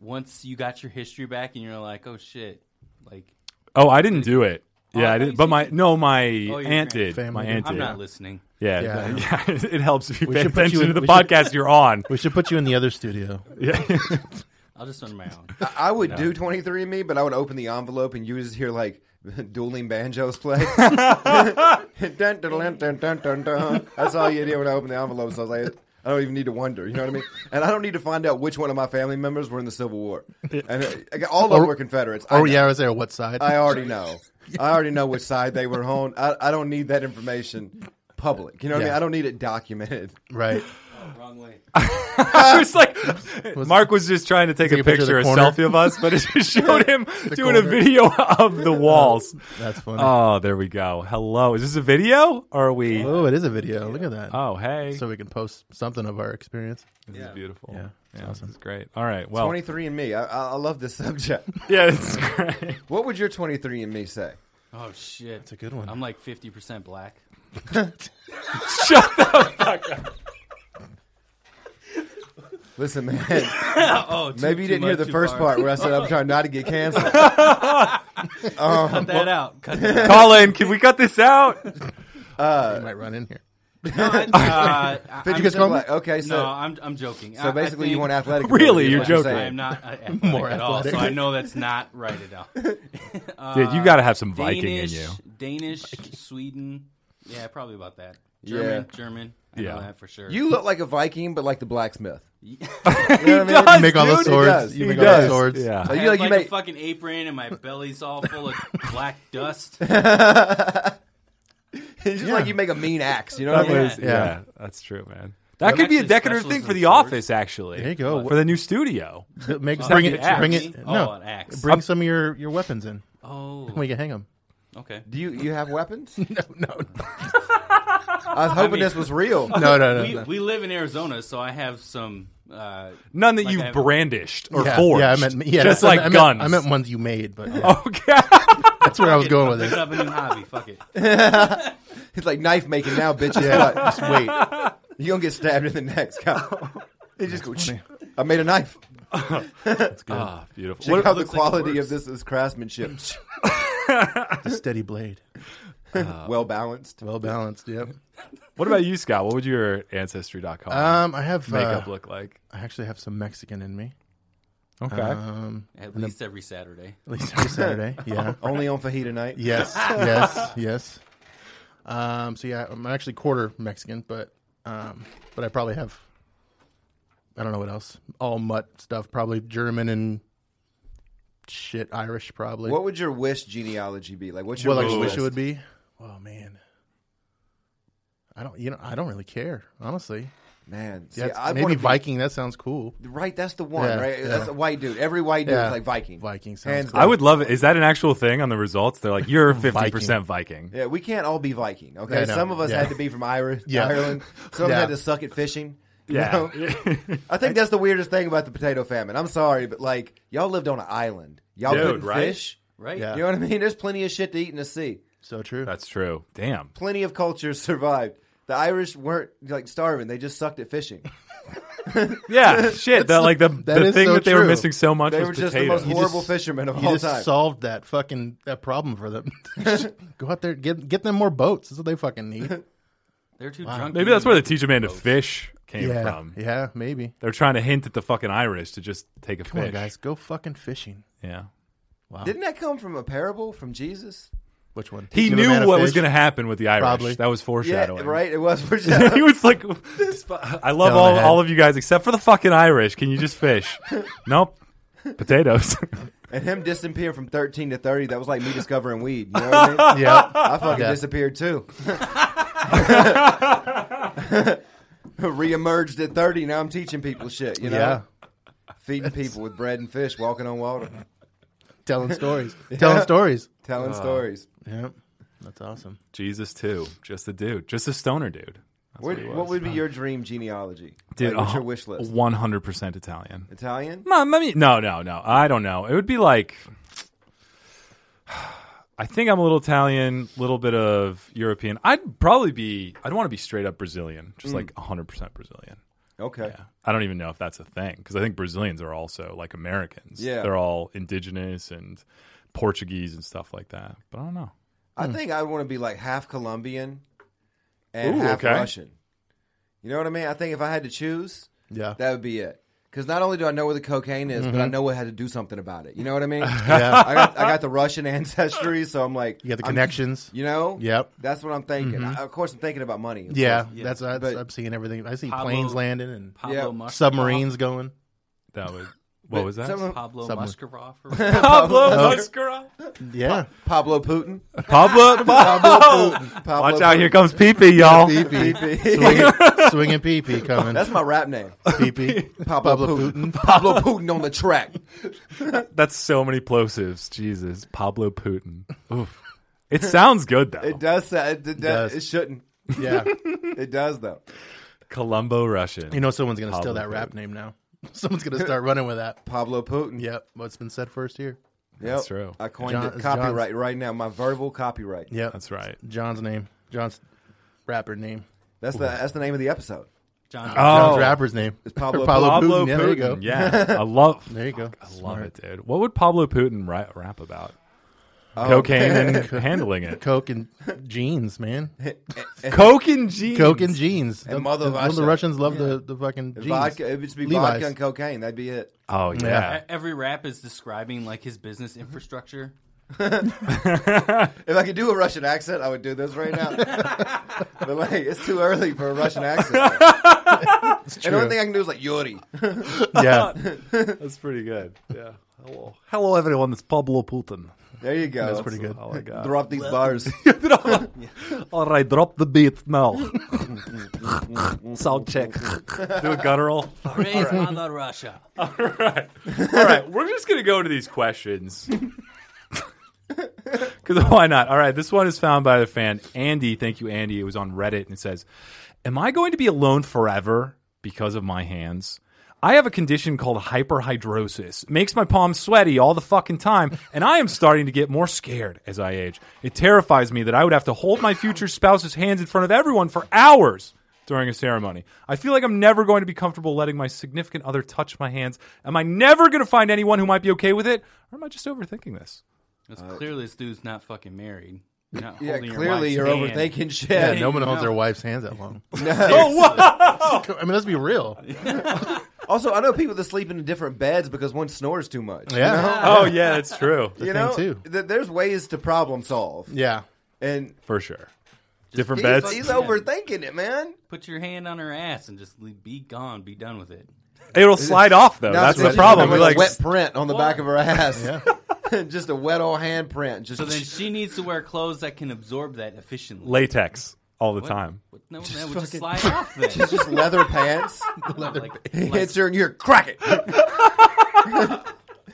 Speaker 7: once you got your history back and you're like, oh shit, like
Speaker 3: oh i didn't do it yeah,
Speaker 5: Oh,
Speaker 7: I
Speaker 3: I
Speaker 7: thought
Speaker 3: didn't.
Speaker 7: you
Speaker 3: But
Speaker 7: said
Speaker 3: my
Speaker 7: you-
Speaker 3: no, my
Speaker 7: your
Speaker 3: aunt
Speaker 7: grand-
Speaker 3: did.
Speaker 5: Family
Speaker 3: My
Speaker 5: did.
Speaker 3: aunt
Speaker 7: I'm
Speaker 3: did.
Speaker 7: not listening.
Speaker 3: Yeah,
Speaker 5: Yeah.
Speaker 3: no, yeah. It helps if you pay
Speaker 5: should put
Speaker 3: attention
Speaker 5: you in-
Speaker 3: to the
Speaker 5: we should-
Speaker 3: podcast you're on.
Speaker 5: We should put you in the other studio.
Speaker 3: Yeah.
Speaker 7: I'll just run my own.
Speaker 6: I would do 23andMe, but I would open the envelope and you would just hear like dueling banjos play. Dun, dun, dun, dun, dun, dun, dun. That's all you did when I opened the envelope. So I was like, I don't even need to wonder. You know what I mean? And I don't need to find out which one of my family members were in the Civil War. And uh, all of them
Speaker 5: Or-
Speaker 6: were Confederates. I
Speaker 5: Oh
Speaker 6: know.
Speaker 5: yeah, I was there. What side?
Speaker 6: I already know. I already know which side they were on. I, I don't need that information public. You know what I mean?
Speaker 5: Yeah.
Speaker 6: I don't need it documented.
Speaker 5: right.
Speaker 7: Wrong way.
Speaker 3: I was like, Mark was just trying to take a,
Speaker 5: a
Speaker 3: picture,
Speaker 5: picture of the
Speaker 3: a
Speaker 5: corner.
Speaker 3: selfie of us, but it just showed him doing a
Speaker 5: corner.
Speaker 3: video of the walls.
Speaker 5: That's funny.
Speaker 3: Oh, there we go. Hello. Is this a video? Or are we?
Speaker 5: oh, it is a video. Look at that.
Speaker 3: Oh, hey.
Speaker 5: so we can post something of our experience.
Speaker 3: this is beautiful.
Speaker 5: Yeah,
Speaker 3: Yeah, this is great. All right. Well,
Speaker 6: 23andMe. I, I I love this subject.
Speaker 3: yeah, it's great.
Speaker 6: What would your 23andMe say?
Speaker 7: Oh shit, it's
Speaker 5: a good one.
Speaker 7: I'm like 50 percent black.
Speaker 6: Listen, man.
Speaker 7: Oh, too,
Speaker 6: Maybe you
Speaker 7: too
Speaker 6: didn't hear
Speaker 7: much,
Speaker 6: the
Speaker 7: too
Speaker 6: first
Speaker 7: far.
Speaker 6: part where I said I'm trying not to get canceled. Um,
Speaker 7: Cut that out. Cut that out.
Speaker 3: Colin, can we cut this out?
Speaker 5: You might run in here.
Speaker 7: No, I- uh, I-
Speaker 6: Fifty
Speaker 7: I'm
Speaker 6: percent
Speaker 7: joking.
Speaker 6: black. Okay, so
Speaker 7: No, I'm I'm joking.
Speaker 6: so basically you want athletic.
Speaker 3: Really?
Speaker 6: ability, is
Speaker 3: You're
Speaker 6: what you're
Speaker 3: joking.
Speaker 7: I
Speaker 6: saying.
Speaker 7: am not uh, athletic
Speaker 5: More
Speaker 7: at all, so
Speaker 5: athletic.
Speaker 7: I know that's not right at all.
Speaker 3: Dude, you got to have some Viking
Speaker 7: Uh, Danish,
Speaker 3: in you.
Speaker 7: Danish, Sweden. Yeah, probably about that.
Speaker 6: Yeah.
Speaker 7: German, German. I
Speaker 3: Yeah.
Speaker 7: know that for sure.
Speaker 6: You look like a Viking, but like the blacksmith.
Speaker 7: You
Speaker 6: You know what I mean?
Speaker 3: does,
Speaker 5: You make all
Speaker 6: dude,
Speaker 5: those
Speaker 6: he does.
Speaker 5: swords. You
Speaker 6: He
Speaker 5: make all those
Speaker 6: does.
Speaker 5: swords.
Speaker 3: Yeah.
Speaker 6: Like,
Speaker 7: I
Speaker 6: you, like,
Speaker 7: have like
Speaker 6: you
Speaker 7: a
Speaker 6: make,
Speaker 7: fucking apron, and my belly's all full of black dust.
Speaker 6: it's just like you make a mean axe. You know
Speaker 3: That
Speaker 6: what I mean?
Speaker 3: was- yeah. that's true, man. That
Speaker 7: I'm
Speaker 3: could be a
Speaker 7: actually
Speaker 3: decorative
Speaker 7: specialist
Speaker 3: thing for
Speaker 7: in
Speaker 3: the
Speaker 7: swords.
Speaker 3: office, actually.
Speaker 5: There you go.
Speaker 3: For the new studio.
Speaker 5: Make, bring it.
Speaker 3: axe.
Speaker 5: Bring it.
Speaker 7: Oh,
Speaker 5: No.
Speaker 7: an axe.
Speaker 5: Bring some of your, your weapons in.
Speaker 7: Oh,
Speaker 5: We can hang them.
Speaker 7: okay.
Speaker 6: Do you you have weapons?
Speaker 5: No, no,
Speaker 6: I was hoping this was real.
Speaker 5: no, no,
Speaker 7: We,
Speaker 5: no.
Speaker 7: we live in Arizona, so I have some. Uh,
Speaker 3: None that
Speaker 7: Like
Speaker 3: you've
Speaker 7: I have-
Speaker 3: brandished or
Speaker 5: yeah,
Speaker 3: forged.
Speaker 5: Yeah, I meant yeah,
Speaker 3: just
Speaker 5: I
Speaker 3: like
Speaker 5: meant- I meant,
Speaker 3: guns.
Speaker 5: I meant ones you made, but yeah,
Speaker 3: Okay.
Speaker 5: that's where I was going
Speaker 7: I'm
Speaker 5: with
Speaker 7: picking
Speaker 5: it.
Speaker 7: up a new hobby. Fuck it.
Speaker 6: It's like knife making now, bitches.
Speaker 5: Yeah,
Speaker 6: But
Speaker 5: just wait.
Speaker 6: you gonna get stabbed in the neck, Scott. It just goes. I made a knife.
Speaker 3: Ah, beautiful.
Speaker 6: Check
Speaker 3: What-
Speaker 6: out the
Speaker 7: looks like it
Speaker 6: quality
Speaker 7: works.
Speaker 6: of this is craftsmanship.
Speaker 5: The steady blade,
Speaker 6: well balanced.
Speaker 5: well balanced. Yep.
Speaker 3: What about you, Scott? What would your ancestry.com
Speaker 5: Um, I have
Speaker 3: makeup
Speaker 5: uh,
Speaker 3: look like?
Speaker 5: I actually have some Mexican in me.
Speaker 3: Okay.
Speaker 7: Uh,
Speaker 5: Um,
Speaker 7: At least every Saturday.
Speaker 5: at least every Saturday. Yeah.
Speaker 6: Only on fajita night.
Speaker 5: Yes. Yes. Yes. Um, so yeah, I'm actually quarter Mexican, but um, but I probably have I don't know what else. All mutt stuff, probably German and shit Irish, probably.
Speaker 6: What would your wish genealogy be? Like, what's your
Speaker 5: well, I
Speaker 6: wish,
Speaker 5: just wish
Speaker 6: list?
Speaker 5: it would be. Oh man, I don't. You know, I don't really care, honestly.
Speaker 6: Man, see,
Speaker 5: Yeah,
Speaker 6: I
Speaker 5: maybe
Speaker 6: maybe Viking.
Speaker 5: Viking. That sounds cool.
Speaker 6: Right, that's the one.
Speaker 5: Yeah,
Speaker 6: right,
Speaker 5: yeah.
Speaker 6: that's a white dude. Every white dude
Speaker 5: Yeah.
Speaker 6: is like Viking.
Speaker 5: Viking
Speaker 6: Hands
Speaker 5: sounds. Cool.
Speaker 3: I would love it. Is that an actual thing on the results? They're like, you're 50% Viking.
Speaker 6: Yeah, we can't all be Viking. Okay,
Speaker 5: I know,
Speaker 6: some of us
Speaker 5: yeah.
Speaker 6: had to be from Irish,
Speaker 5: Yeah.
Speaker 6: Ireland. Some
Speaker 5: Yeah.
Speaker 6: had to suck at fishing. you
Speaker 3: Yeah.
Speaker 6: know? I think that's the weirdest thing about the potato famine. I'm sorry, but like y'all lived on an island. Y'all
Speaker 3: Dude,
Speaker 6: couldn't
Speaker 3: right?
Speaker 6: fish.
Speaker 7: right?
Speaker 5: Yeah.
Speaker 6: You know what I mean? There's plenty of shit to eat in the sea.
Speaker 5: so true.
Speaker 3: That's true. Damn.
Speaker 6: Plenty of cultures survived. The Irish weren't like starving; they just sucked at fishing.
Speaker 3: Yeah, shit. The, like the,
Speaker 5: that
Speaker 3: the
Speaker 5: is
Speaker 3: thing
Speaker 5: so
Speaker 3: that they were
Speaker 5: true.
Speaker 3: missing so much
Speaker 6: They
Speaker 3: was
Speaker 6: were just the
Speaker 3: potatoes.
Speaker 6: most horrible fishermen of
Speaker 5: You
Speaker 6: all
Speaker 5: just
Speaker 6: time.
Speaker 5: solved that fucking that problem for them. Go out there, get get them more boats. That's what they fucking need.
Speaker 7: They're too drunk.
Speaker 3: Maybe that's where the teacher man to fish came
Speaker 5: yeah,
Speaker 3: from.
Speaker 5: yeah, maybe.
Speaker 3: They're trying to hint at the fucking Irish to just take a
Speaker 5: Come
Speaker 3: fish.
Speaker 5: on, guys, go fucking fishing.
Speaker 3: Yeah.
Speaker 6: Didn't that come from a parable from Jesus?
Speaker 5: Which one?
Speaker 3: He
Speaker 5: Teach 'em a man
Speaker 3: knew
Speaker 5: to
Speaker 3: what was
Speaker 5: fish?
Speaker 3: going to happen with the Irish.
Speaker 5: Probably.
Speaker 3: That was foreshadowing.
Speaker 6: Yeah, right. It was for
Speaker 3: he was like, I love
Speaker 5: Down
Speaker 3: all,
Speaker 5: the head.
Speaker 3: all of you guys except for the fucking Irish. Can you just fish? nope. Potatoes.
Speaker 6: and him disappearing from thirteen to thirty. That was like me discovering weed. You know what I mean?
Speaker 5: Yeah,
Speaker 6: I fucking
Speaker 5: Yeah.
Speaker 6: disappeared too. Reemerged at 30. Now I'm teaching people shit, you know?
Speaker 5: yeah.
Speaker 6: Feeding people with bread and fish, walking on water,
Speaker 5: Telling stories. Telling stories.
Speaker 6: telling stories.
Speaker 5: Yeah, that's awesome.
Speaker 3: Jesus, too. Just a dude. Just a stoner dude.
Speaker 6: What, what would be your dream genealogy?
Speaker 3: Dude,
Speaker 6: Like, what's
Speaker 3: uh,
Speaker 6: your wish list?
Speaker 3: 100% Italian.
Speaker 6: Italian?
Speaker 3: No, I mean- no, no, no. I don't know. It would be like. I think I'm a little Italian, a little bit of European. I'd probably be. I'd want to be straight up Brazilian, just
Speaker 6: Mm.
Speaker 3: like 100 percent Brazilian.
Speaker 6: Okay.
Speaker 3: Yeah, I don't even know if that's a thing because I think Brazilians are also like Americans.
Speaker 6: Yeah.
Speaker 3: they're all indigenous and Portuguese and stuff like that. But I don't know.
Speaker 6: I think I'd want to be like half Colombian and
Speaker 3: Ooh,
Speaker 6: half
Speaker 3: okay.
Speaker 6: Russian. You know what I mean? I think if I had to choose,
Speaker 5: Yeah.
Speaker 6: that would be it. Because not only do I know where the cocaine is, but I know how to do something about it. You know what I mean?
Speaker 5: yeah.
Speaker 6: I got, I got the Russian ancestry, so I'm like,
Speaker 5: You got the
Speaker 6: I'm-
Speaker 5: connections.
Speaker 6: You know?
Speaker 5: Yep.
Speaker 6: That's what I'm thinking. I, of course, I'm thinking about money. of
Speaker 5: Yeah,
Speaker 6: course.
Speaker 5: that's, that's
Speaker 6: But-
Speaker 5: I'm seeing everything. I see
Speaker 7: Pablo-
Speaker 5: planes landing and
Speaker 7: Pablo
Speaker 6: Yeah.
Speaker 7: Mus-
Speaker 5: submarines going.
Speaker 3: That would. What was that?
Speaker 6: Some of-
Speaker 7: Pablo
Speaker 5: Submarine.
Speaker 7: Muskarov. or-
Speaker 3: Pablo
Speaker 5: Oh.
Speaker 3: Mascara.
Speaker 5: Yeah,
Speaker 6: Pablo Putin.
Speaker 3: Pablo.
Speaker 6: Pablo Putin. Pablo
Speaker 3: Watch out!
Speaker 6: Putin.
Speaker 3: Here comes Pee Pee, y'all.
Speaker 5: PP,
Speaker 6: PP.
Speaker 5: swinging, swinging PP coming.
Speaker 6: That's my rap name.
Speaker 5: PP.
Speaker 6: Pablo,
Speaker 5: Pablo
Speaker 6: Putin. Pablo Putin on the track.
Speaker 3: That's so many plosives. Jesus, Pablo Putin. Oof. It sounds good though.
Speaker 6: It does. sa- It, it, does.
Speaker 5: does.
Speaker 6: it shouldn't.
Speaker 5: Yeah,
Speaker 6: It does though.
Speaker 3: Colombo Russian.
Speaker 5: you know someone's gonna
Speaker 3: Pablo
Speaker 5: steal that rap name now. Someone's gonna start running with that.
Speaker 6: Pablo Putin.
Speaker 5: Yep, what's been said first here.
Speaker 6: Yep.
Speaker 3: That's true.
Speaker 6: I coined
Speaker 5: John-
Speaker 6: it.
Speaker 5: it's
Speaker 6: Copyright right now. My verbal copyright.
Speaker 5: Yeah,
Speaker 3: That's right.
Speaker 5: John's name. John's rapper name.
Speaker 6: That's the that's the name of the episode.
Speaker 7: John
Speaker 5: John's rapper's Uh, name.
Speaker 6: It's Pablo
Speaker 5: Or Pablo,
Speaker 3: Pablo
Speaker 5: Putin. Yeah, there you go.
Speaker 3: Putin. Yeah, I love.
Speaker 5: There you go.
Speaker 3: I love
Speaker 5: Smart.
Speaker 3: it, dude. What would Pablo Putin ri- rap about?
Speaker 6: Oh,
Speaker 3: Cocaine and handling it.
Speaker 5: Coke and jeans, man.
Speaker 3: Coke and jeans.
Speaker 5: Coke and jeans.
Speaker 6: And
Speaker 5: The-
Speaker 6: mother
Speaker 5: the,
Speaker 6: Russia.
Speaker 5: the Russians love the, the fucking jeans.
Speaker 6: Vodka. It would just be
Speaker 5: Levi's.
Speaker 6: vodka and cocaine. That'd be it.
Speaker 3: Oh yeah.
Speaker 5: Yeah.
Speaker 7: Every rap is describing like his business infrastructure.
Speaker 6: If I could do a Russian accent, I would do this right now. but like, it's too early for a Russian accent. And the only thing I can do is like Yuri.
Speaker 5: yeah.
Speaker 3: that's pretty good. Yeah. Hello, hello everyone. It's Pablo Putin.
Speaker 6: There you go. That's
Speaker 5: pretty good.
Speaker 3: Oh my god.
Speaker 6: Drop these bars.
Speaker 3: All right, drop the beat now. Sound check. Do a guttural.
Speaker 7: Praise Mother Russia.
Speaker 3: All right, we're just gonna go into these questions. Because why not? All right, this one is found by the fan Andy. Thank you, Andy. It was on Reddit and it says, "Am I going to be alone forever because of my hands?" I have a condition called hyperhidrosis. It makes my palms sweaty all the fucking time, and I am starting to get more scared as I age. It terrifies me that I would have to hold my future spouse's hands in front of everyone for hours during a ceremony. I feel like I'm never going to be comfortable letting my significant other touch my hands. Am I never going to find anyone who might be okay with it? Or am I just overthinking this?
Speaker 7: It's clearly this dude's not fucking married. You're not
Speaker 6: yeah,
Speaker 7: holding your
Speaker 6: clearly
Speaker 7: wife's
Speaker 6: you're
Speaker 7: hand.
Speaker 6: overthinking shit.
Speaker 5: Yeah, no one holds their wife's hands that long.
Speaker 3: Oh, wow.
Speaker 5: I mean, let's be real.
Speaker 6: Also, I know people that sleep in different beds because one snores too much.
Speaker 5: Yeah.
Speaker 3: oh yeah, that's true.
Speaker 6: You
Speaker 5: thing,
Speaker 6: know,
Speaker 5: too.
Speaker 6: Th- there's ways to problem solve,
Speaker 5: Yeah.
Speaker 6: and
Speaker 3: For sure. Different
Speaker 6: He's,
Speaker 3: beds.
Speaker 6: he's
Speaker 7: Yeah.
Speaker 6: overthinking it, man.
Speaker 7: Put your hand on her ass and just le- be gone. Be done with it.
Speaker 3: It'll slide off
Speaker 5: Oh,
Speaker 3: though.
Speaker 6: Now
Speaker 3: That's
Speaker 6: it's
Speaker 3: the
Speaker 6: just
Speaker 3: problem.
Speaker 6: Like
Speaker 3: We're
Speaker 6: a
Speaker 3: like,
Speaker 6: wet print on the back of her ass. just a wet old handprint. Just
Speaker 7: So then she needs to wear clothes that can absorb that efficiently.
Speaker 3: latex all the time.
Speaker 7: What- No, that would just slide off then.
Speaker 6: it's just leather pants.
Speaker 7: Like-
Speaker 6: He
Speaker 7: like-
Speaker 6: hits her and you're crack it.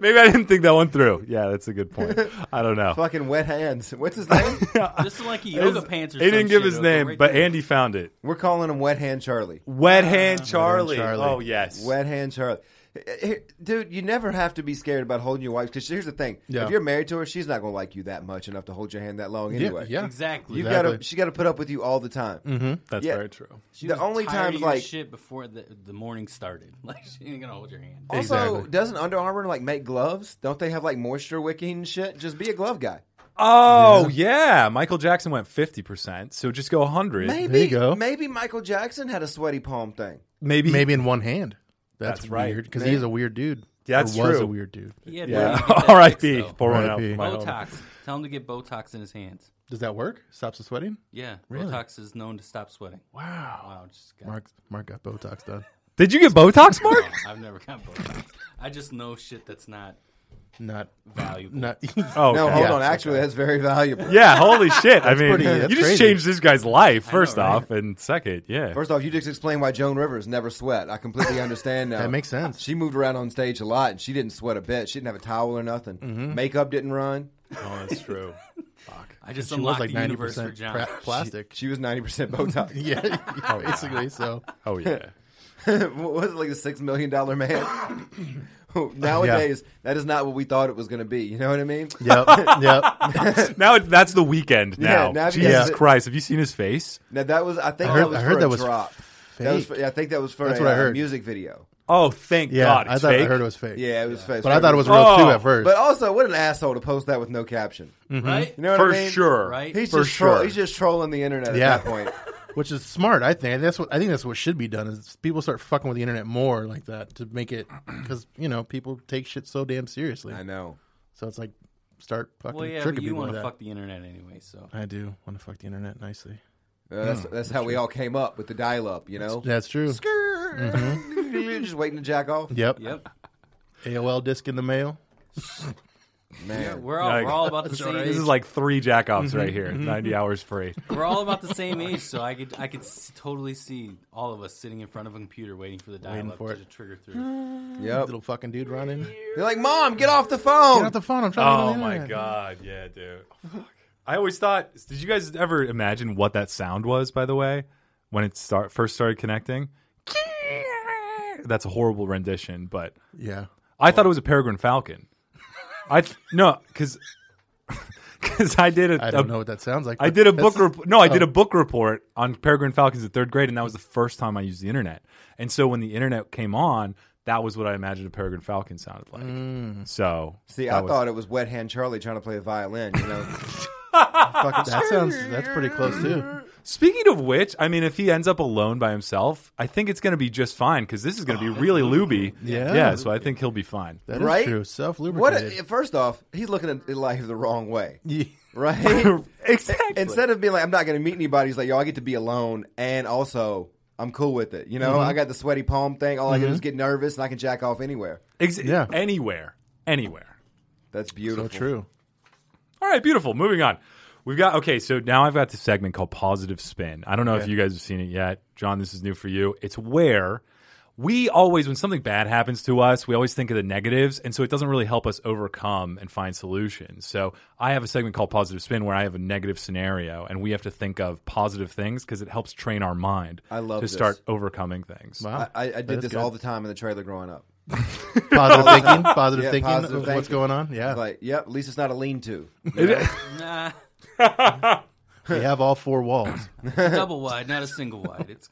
Speaker 3: Maybe I didn't think that one through. Yeah, that's a good point. I don't know.
Speaker 6: Fucking wet hands. What's his name?
Speaker 7: Just like a yoga
Speaker 3: His-
Speaker 7: pants or
Speaker 3: he
Speaker 7: some
Speaker 3: didn't give
Speaker 7: shit
Speaker 3: his
Speaker 7: over
Speaker 3: name,
Speaker 7: right
Speaker 3: but
Speaker 7: there.
Speaker 3: Andy found it.
Speaker 6: We're calling him Wet Hand Charlie.
Speaker 3: Wet hand, Charlie.
Speaker 5: Charlie.
Speaker 3: Oh yes.
Speaker 6: Wet Hand Charlie. Eh, eh, Dude, you never have to be scared about holding your wife because here's the thing:
Speaker 5: Yeah.
Speaker 6: if you're married to her, she's not going to like you that much enough to hold your hand that long
Speaker 5: Yeah,
Speaker 6: anyway.
Speaker 5: yeah.
Speaker 7: exactly.
Speaker 6: you
Speaker 5: Exactly.
Speaker 6: got to she got to put up with you all the time.
Speaker 3: That's
Speaker 6: Yeah.
Speaker 3: very true.
Speaker 7: She
Speaker 6: the
Speaker 7: was
Speaker 6: only
Speaker 7: tired
Speaker 6: times,
Speaker 7: of your
Speaker 6: like-
Speaker 7: shit before the the morning started. Like she ain't gonna hold your hand.
Speaker 6: Also,
Speaker 5: Exactly.
Speaker 6: doesn't Under Armour like make gloves? Don't they have like moisture wicking and shit? Just be a glove guy.
Speaker 3: Oh yeah. Michael Jackson went fifty percent, so just go hundred.
Speaker 6: Maybe
Speaker 5: There you go.
Speaker 6: maybe Michael Jackson had a sweaty palm thing.
Speaker 3: Maybe.
Speaker 5: Maybe in one hand. That's,
Speaker 3: That's right.
Speaker 5: weird because he is a weird dude.
Speaker 3: Yeah, that's
Speaker 5: or was
Speaker 3: true.
Speaker 5: a weird dude.
Speaker 7: He had
Speaker 3: Yeah.
Speaker 7: money to get that
Speaker 3: R.I.P.
Speaker 7: fixed, though.
Speaker 3: Pour one out
Speaker 5: R.I.P.
Speaker 3: for my home.
Speaker 7: Botox. Tell him to get Botox in his hands.
Speaker 5: Does that work? Stops the sweating.
Speaker 7: Yeah,
Speaker 5: Really?
Speaker 7: Botox is known to stop sweating.
Speaker 5: Wow.
Speaker 7: Wow, just got,
Speaker 5: Mark Mark got Botox done.
Speaker 3: Did you get Botox, Mark?
Speaker 7: I've never got Botox. I just know shit that's not
Speaker 5: Not
Speaker 7: valuable.
Speaker 5: not.
Speaker 3: Oh
Speaker 6: No, hold
Speaker 5: Yeah.
Speaker 6: on. Actually, that's very valuable.
Speaker 3: Yeah, holy shit. I mean,
Speaker 5: pretty-
Speaker 3: you
Speaker 5: that's
Speaker 3: just
Speaker 5: crazy.
Speaker 3: changed this guy's life, first
Speaker 7: right?
Speaker 3: off, and second, yeah.
Speaker 6: First off, you just explained why Joan Rivers never sweat. I completely understand now.
Speaker 5: That makes sense.
Speaker 6: She moved around on stage a lot, and she didn't sweat a bit. She didn't have a towel or nothing.
Speaker 5: Mm-hmm.
Speaker 6: Makeup didn't run.
Speaker 3: oh, that's true.
Speaker 7: I just
Speaker 5: She was
Speaker 7: unlocked
Speaker 5: like
Speaker 7: the
Speaker 5: ninety
Speaker 7: universe for
Speaker 5: percent
Speaker 7: John.
Speaker 5: plastic.
Speaker 6: She was ninety percent Botox.
Speaker 5: yeah, basically. So
Speaker 3: Oh, yeah.
Speaker 6: what was it like a six million dollar man? Nowadays, that is not what we thought it was going to be. You know what I mean?
Speaker 5: yep, yep.
Speaker 3: now it, that's the weekend now.
Speaker 6: Yeah, now
Speaker 3: Jesus
Speaker 6: because-
Speaker 3: Christ. Have you seen his face?
Speaker 6: Now that was. I think
Speaker 5: I heard-
Speaker 6: that was
Speaker 5: I
Speaker 6: for
Speaker 5: heard
Speaker 6: a
Speaker 5: that was
Speaker 6: drop. That was
Speaker 5: fake.
Speaker 6: for, yeah, I think that was for
Speaker 5: That's
Speaker 6: a
Speaker 5: what I
Speaker 6: uh,
Speaker 5: heard.
Speaker 6: music video.
Speaker 3: Oh, thank
Speaker 5: Yeah,
Speaker 3: God.
Speaker 5: I
Speaker 3: It's
Speaker 5: thought
Speaker 3: fake.
Speaker 5: I heake. heard it was fake.
Speaker 6: Yeah, it was. fake.
Speaker 5: but I thought it was real
Speaker 3: Oh.
Speaker 5: too at first.
Speaker 6: But also, what an asshole to post that with no caption.
Speaker 7: Right?
Speaker 6: You know what
Speaker 3: for
Speaker 6: I mean?
Speaker 3: sure.
Speaker 7: Right?
Speaker 6: He's
Speaker 3: For
Speaker 6: just troll-
Speaker 3: sure.
Speaker 6: he's just trolling the internet at
Speaker 5: Yeah.
Speaker 6: that point.
Speaker 5: which is smart. I think that's what I think that's what should be done is people start fucking with the internet more like that to make it because you know people take shit so damn seriously.
Speaker 6: I know.
Speaker 5: So it's like start fucking
Speaker 7: Well, yeah,
Speaker 5: tricking
Speaker 7: but you
Speaker 5: people like
Speaker 7: want to
Speaker 5: that.
Speaker 7: fuck the internet anyway, so
Speaker 5: I do want to fuck the internet nicely.
Speaker 6: Uh, that's that's how we all came up with the dial up. You
Speaker 5: Hmm.
Speaker 6: know, Mm-hmm.
Speaker 5: That's true.
Speaker 6: just waiting to jack off.
Speaker 5: Yep.
Speaker 7: yep.
Speaker 5: AOL disc in the mail.
Speaker 6: Man,
Speaker 7: We're all, we're all about the same
Speaker 3: This
Speaker 7: age.
Speaker 3: is like three jack offs right here. 90 hours free.
Speaker 7: we're all about the same age, so I could I could s- totally see all of us sitting in front of a computer waiting for the
Speaker 5: Waiting
Speaker 7: dial-up
Speaker 5: for
Speaker 7: to
Speaker 5: it.
Speaker 7: trigger through.
Speaker 6: yep.
Speaker 5: Little fucking dude running. Get
Speaker 6: They're like, "Mom, get off the phone."
Speaker 5: off the phone. I'm trying.
Speaker 3: Oh,
Speaker 5: to get on the
Speaker 3: my
Speaker 5: internet.
Speaker 3: God. Yeah, dude.
Speaker 5: Oh,
Speaker 3: Fuck. I always thought, did you guys ever imagine what that sound was, by the way, when it start, first started connecting? That's a horrible rendition, but
Speaker 5: Yeah.
Speaker 3: I thought it was a peregrine falcon. I th- no, because I did a
Speaker 5: I don't know what that sounds like.
Speaker 3: I
Speaker 5: but
Speaker 3: did a
Speaker 5: that's- oh.
Speaker 3: book report. No, I did a book report on peregrine falcons in third grade, and that was the first time I used the internet. And so when the internet came on, that was what I imagined a peregrine falcon sounded like.
Speaker 5: Mm.
Speaker 3: So
Speaker 6: See,
Speaker 3: that
Speaker 6: I
Speaker 3: was-
Speaker 6: thought it was Wet Hand Charlie trying to play a violin. You know,
Speaker 5: Fucking, that sounds. That's pretty close too.
Speaker 3: Speaking of which, I mean, if he ends up alone by himself, I think it's going to be just fine because this is going to be really looby.
Speaker 5: Oh, Yeah.
Speaker 3: yeah. So I think he'll be fine.
Speaker 5: That is
Speaker 6: right?
Speaker 5: true. Self
Speaker 6: what?
Speaker 5: lubricated.
Speaker 6: A, first off, he's looking at life the wrong way, right?
Speaker 3: exactly.
Speaker 6: Instead of being like, "I'm not going to meet anybody," he's like, "Yo, I get to be alone, and also." I'm cool with it. You know,
Speaker 5: Mm-hmm.
Speaker 6: I got the sweaty palm thing. All I can do is get nervous and I can jack off anywhere.
Speaker 3: Ex-
Speaker 5: Yeah.
Speaker 3: anywhere, anywhere.
Speaker 6: That's
Speaker 5: so
Speaker 6: beautiful.
Speaker 5: true.
Speaker 3: All right, beautiful. Moving on. We've got okay, so now I've got this segment called Positive Spin. I don't know if you guys have seen it yet. John, this is new for you. It's where we always when something bad happens to us, we always think of the negatives, and so it doesn't really help us overcome and find solutions. So, I have a segment called Positive Spin where I have a negative scenario and we have to think of positive things because it helps train our mind
Speaker 6: I love
Speaker 3: to
Speaker 6: this.
Speaker 3: start overcoming things.
Speaker 5: Wow.
Speaker 6: I, I, I did
Speaker 5: is
Speaker 6: this
Speaker 5: good.
Speaker 6: all the time in the trailer growing up.
Speaker 5: Positive thinking. Positive
Speaker 6: Yeah,
Speaker 5: thinking.
Speaker 6: positive
Speaker 5: of What's
Speaker 6: thinking.
Speaker 5: going on? Yeah.
Speaker 6: It's like, yep, at least it's not a lean-to.
Speaker 7: Nah,
Speaker 5: we have all four walls.
Speaker 7: double wide, not a single wide. It's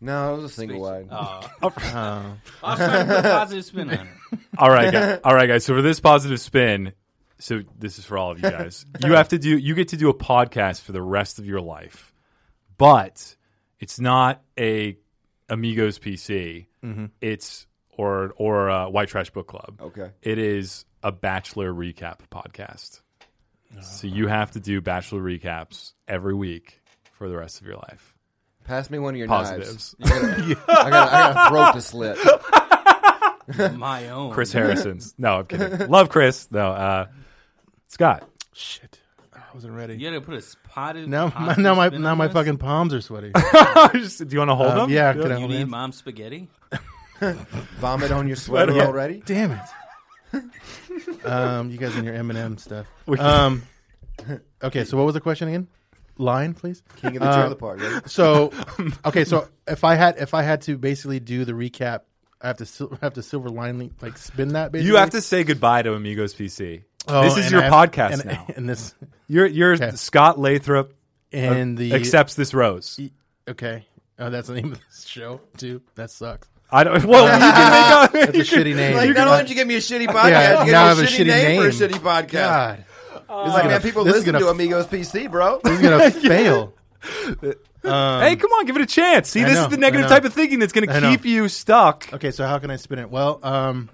Speaker 6: No, it was a single wide.
Speaker 7: I was trying to put a positive spin on it.
Speaker 3: All right, guys. all right, guys. So for this positive spin, so this is for all of you guys. You have to do. You get to do a podcast for the rest of your life, but it's not a Amigos PC. It's or or uh White Trash Book Club.
Speaker 6: Okay.
Speaker 3: It is a Bachelor recap podcast. So you have to do bachelor recaps every week for the rest of your life.
Speaker 6: Pass me one of your
Speaker 3: Positives.
Speaker 6: knives. I got, I got a throat to slit.
Speaker 7: My own.
Speaker 3: Chris Harrison's. No, I'm kidding. Love Chris. No, uh, Scott.
Speaker 5: Shit, I wasn't ready.
Speaker 7: You gotta put a spotted.
Speaker 5: Now, my,
Speaker 7: positive
Speaker 5: now my
Speaker 7: spin
Speaker 5: now
Speaker 7: on
Speaker 5: my
Speaker 7: this?
Speaker 5: fucking palms are sweaty.
Speaker 3: do you want to hold
Speaker 5: Um,
Speaker 3: him?
Speaker 5: yeah, can I
Speaker 7: You
Speaker 5: hold
Speaker 7: need
Speaker 5: hands?
Speaker 7: mom spaghetti?
Speaker 6: Vomit on your sweater
Speaker 3: Yeah.
Speaker 6: already?
Speaker 5: Damn it. um, you guys and your Eminem stuff.
Speaker 3: We-
Speaker 5: Um, okay, so what was the question again? Line, please.
Speaker 6: King of the
Speaker 5: Uh,
Speaker 6: trailer park. Right?
Speaker 5: So, okay, so if I had if I had to basically do the recap, I have to sil- I have to silver lining like spin that. Basically,
Speaker 3: You have to say goodbye to Amigos PC.
Speaker 5: Oh,
Speaker 3: this is
Speaker 5: and
Speaker 3: your
Speaker 5: I have-
Speaker 3: podcast
Speaker 5: and,
Speaker 3: now. Uh,
Speaker 5: And this
Speaker 3: You're, you're Scott Lathrop
Speaker 5: and the
Speaker 3: accepts this rose.
Speaker 5: okay. Oh, that's the name of this show too. That sucks.
Speaker 3: I don't. Well, you can make
Speaker 5: That's a shitty name.
Speaker 6: Like, not only did you give me a shitty podcast, you
Speaker 5: now I have
Speaker 6: gave me
Speaker 5: a
Speaker 6: a
Speaker 5: shitty
Speaker 6: shitty name, for a
Speaker 5: name.
Speaker 6: shitty podcast.
Speaker 5: God,
Speaker 6: It's like, man, people
Speaker 5: this is
Speaker 6: listen
Speaker 5: gonna-
Speaker 6: to Amigos PC, bro.
Speaker 5: it's gonna fail.
Speaker 3: a, hey, come on, give it a chance. See,
Speaker 5: I
Speaker 3: this
Speaker 5: know,
Speaker 3: is the
Speaker 5: I
Speaker 3: negative
Speaker 5: know.
Speaker 3: type of thinking that's going
Speaker 5: I
Speaker 3: to
Speaker 5: know.
Speaker 3: keep you stuck.
Speaker 5: Okay, so how can I spin it? Well, um,